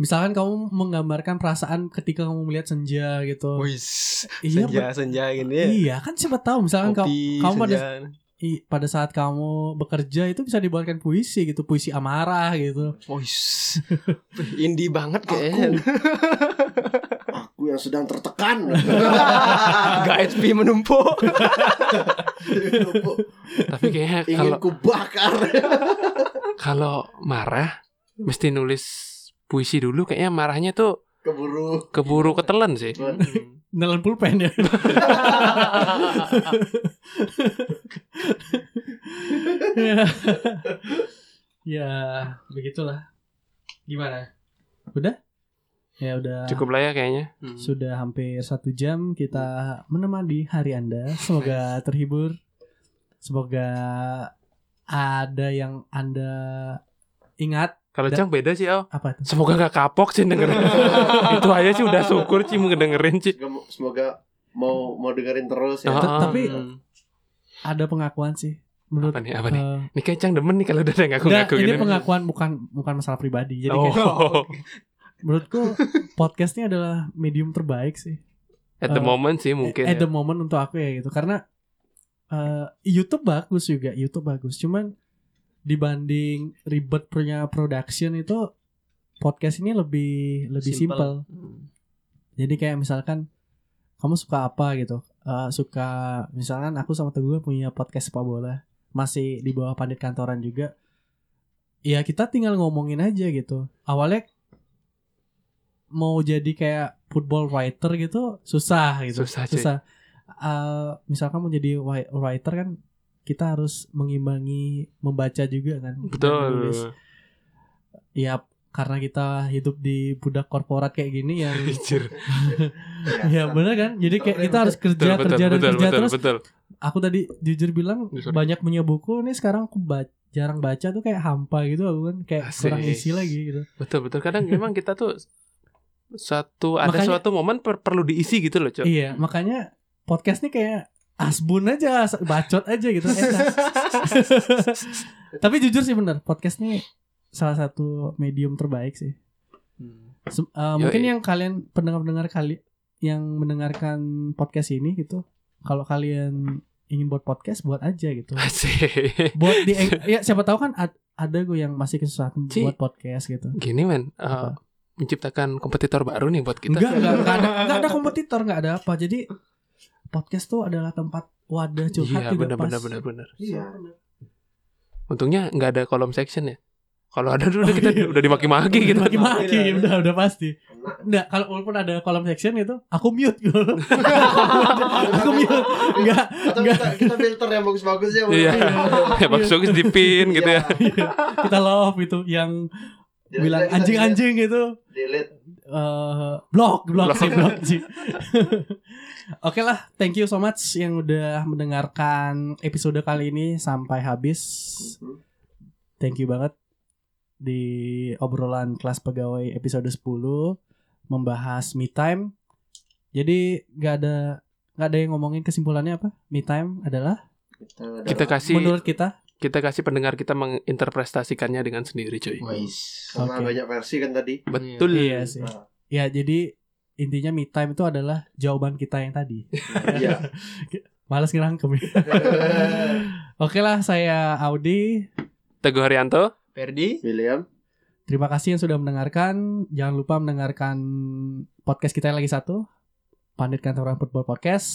Speaker 1: misalkan kamu menggambarkan perasaan ketika kamu melihat senja gitu.
Speaker 2: Wis,
Speaker 1: Iya,
Speaker 2: senja gini
Speaker 1: Iya, kan siapa tahu misalkan kamu kamu ada
Speaker 2: senja.
Speaker 1: i- pada saat kamu bekerja itu bisa dibuatkan puisi gitu, puisi amarah gitu.
Speaker 2: Wis. Indie banget kayaknya.
Speaker 4: Aku yang sedang tertekan.
Speaker 2: Gak HP menumpuk.
Speaker 3: Tapi kayaknya
Speaker 1: Iya.
Speaker 4: Ingin
Speaker 3: kalau
Speaker 4: kubakar.
Speaker 3: kalau marah mesti nulis puisi dulu kayaknya marahnya tuh
Speaker 4: Keburu.
Speaker 3: keburu
Speaker 1: Iya.
Speaker 3: ketelan sih.
Speaker 1: Nelen pulpen ya. ya, begitulah. Gimana? Udah? Ya udah.
Speaker 3: Cukup lah ya kayaknya.
Speaker 1: Sudah hampir satu jam kita menemani hari Anda. Semoga terhibur. Semoga ada yang Anda ingat
Speaker 3: Kalau
Speaker 1: Da-
Speaker 3: Cang beda sih, Al.
Speaker 1: apa tuh?
Speaker 3: Semoga gak kapok sih dengerin. Itu aja sih udah syukur sih dengerin sih.
Speaker 4: Semoga- Semoga mau mau dengerin terus ya.
Speaker 3: Oh.
Speaker 1: Tet- Ah, Tapi ada pengakuan sih menurut
Speaker 3: Apa nih? Apa nih?
Speaker 1: eh,
Speaker 3: Ini kayak Cang demen nih kalau udah ada yang
Speaker 1: nggak,
Speaker 3: ngaku-ngaku
Speaker 1: ini
Speaker 3: gini.
Speaker 1: pengakuan bukan bukan masalah pribadi. Jadi kayak,
Speaker 3: Oh,
Speaker 1: menurutku podcast ini adalah medium terbaik sih.
Speaker 3: at the
Speaker 1: Eh,
Speaker 3: moment sih mungkin.
Speaker 1: At the
Speaker 3: ya.
Speaker 1: moment untuk aku ya gitu karena eh, YouTube bagus juga, YouTube bagus. Cuman dibanding ribet punya production itu podcast ini lebih lebih
Speaker 2: Simple. Hmm.
Speaker 1: simpel. Jadi kayak misalkan kamu suka apa gitu? Eh, suka misalkan aku sama Teguh punya podcast sepak bola masih di bawah pandit kantoran juga. Ya kita tinggal ngomongin aja gitu. Awalnya mau jadi kayak football writer gitu susah gitu.
Speaker 3: Susah, cuy.
Speaker 1: susah. Eh, misalkan mau jadi wi- writer kan kita harus mengimbangi membaca juga kan. dan
Speaker 3: Betul.
Speaker 1: menulis. Ya karena kita hidup di budak korporat kayak gini yang
Speaker 3: Anjir.
Speaker 1: Ya
Speaker 4: iya.
Speaker 1: bener kan Jadi kayak kita harus kerja
Speaker 3: Iya, betul,
Speaker 1: Kerja dan
Speaker 3: betul,
Speaker 1: kerja
Speaker 3: betul,
Speaker 1: Terus
Speaker 3: betul.
Speaker 1: aku tadi jujur bilang
Speaker 3: Ya, sorry.
Speaker 1: Banyak punya buku Ini sekarang aku ba- jarang baca tuh kayak hampa gitu aku kan Kayak
Speaker 3: Asik.
Speaker 1: kurang isi lagi gitu
Speaker 3: Betul, betul. Kadang memang kita tuh suatu ada
Speaker 1: Makanya-
Speaker 3: suatu momen per- perlu diisi gitu loh, Cok.
Speaker 1: Iya makanya podcast nih kayak Asbun aja as- Bacot aja gitu enak. Tapi jujur sih bener Podcast nih salah satu medium terbaik sih Se- uh, mungkin yang kalian pendengar-pendengar kali yang mendengarkan podcast ini gitu, kalau kalian ingin buat podcast buat aja gitu.
Speaker 3: Asik.
Speaker 1: Buat di ya siapa tahu kan ad- ada gue yang masih kesusahan
Speaker 3: Ci.
Speaker 1: buat podcast gitu.
Speaker 3: Gini, men. Eh,
Speaker 1: Apa?
Speaker 3: menciptakan kompetitor baru nih buat kita.
Speaker 1: Enggak, enggak, enggak ada, enggak ada kompetitor, enggak ada apa. Jadi podcast tuh adalah tempat wadah curhat
Speaker 3: Iya,
Speaker 1: juga
Speaker 3: benar
Speaker 1: pas.
Speaker 3: benar benar benar.
Speaker 4: Iya.
Speaker 3: Untungnya nggak ada kolom section ya. Kalau ada dulu kita
Speaker 1: iya.
Speaker 3: udah dimaki-maki gitu.
Speaker 1: Maki-maki
Speaker 5: Iya.
Speaker 1: udah udah pasti. Nggak, kalau walaupun ada kolom section itu aku mute. gitu aku mute. Enggak.
Speaker 4: Atau kita, kita filter yang bagus-bagus ya. Iya.
Speaker 3: Iya. Ya bagus bagus dipin gitu ya.
Speaker 1: Iya. Kita love gitu yang bilang
Speaker 4: iya,
Speaker 1: anjing-anjing gitu.
Speaker 4: Delete.
Speaker 1: eh blog, blog
Speaker 3: Blog.
Speaker 1: sih, blog sih. Oke lah, thank you so much yang udah mendengarkan episode kali ini sampai habis.
Speaker 4: Mhm.
Speaker 1: Thank you banget di obrolan kelas pegawai episode 10 membahas me time. Jadi nggak ada nggak ada yang ngomongin kesimpulannya apa? Me time adalah
Speaker 4: Kita, ada-
Speaker 3: Kita kan-
Speaker 1: Iya.
Speaker 3: kasih
Speaker 1: menurut kita
Speaker 3: kita kasih pendengar kita menginterpretasikannya dengan sendiri cuy.
Speaker 2: Hmm. Iya. Wais.
Speaker 4: karena
Speaker 1: Oke.
Speaker 4: banyak versi kan tadi.
Speaker 3: Betul.
Speaker 1: iya sih.
Speaker 4: Nah.
Speaker 1: Ya jadi intinya me time itu adalah jawaban kita yang tadi.
Speaker 4: Iya.
Speaker 1: Males ngerangkem ya. Oke lah, saya Audi.
Speaker 3: Teguh Haryanto.
Speaker 2: Ferdi?
Speaker 4: William.
Speaker 1: Terima kasih yang sudah mendengarkan. Jangan lupa mendengarkan podcast kita yang lagi satu. Pandit Kantoran Football Podcast.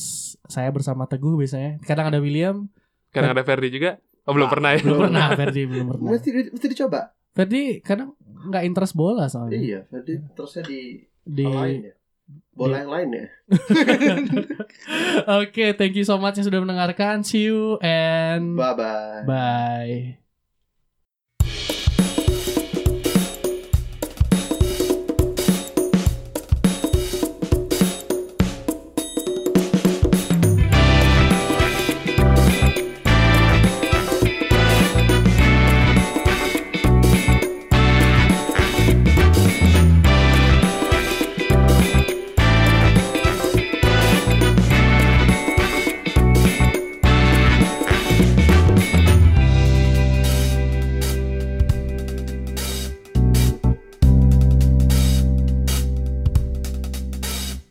Speaker 1: Saya bersama Teguh biasanya. Kadang ada William.
Speaker 3: Kadang ada Ferdi juga. Oh belum pernah ya.
Speaker 1: Belum pernah, Ferdi. Belum pernah.
Speaker 4: Mesti, mesti dicoba.
Speaker 1: Ferdi kadang nggak interest bola soalnya.
Speaker 4: Iya, tadi terusnya di
Speaker 1: Di...
Speaker 4: lain ya. Bola
Speaker 1: di-
Speaker 4: yang lain ya.
Speaker 1: Oke, thank you so much yang sudah mendengarkan. See you and
Speaker 4: Bye bye.
Speaker 1: bye.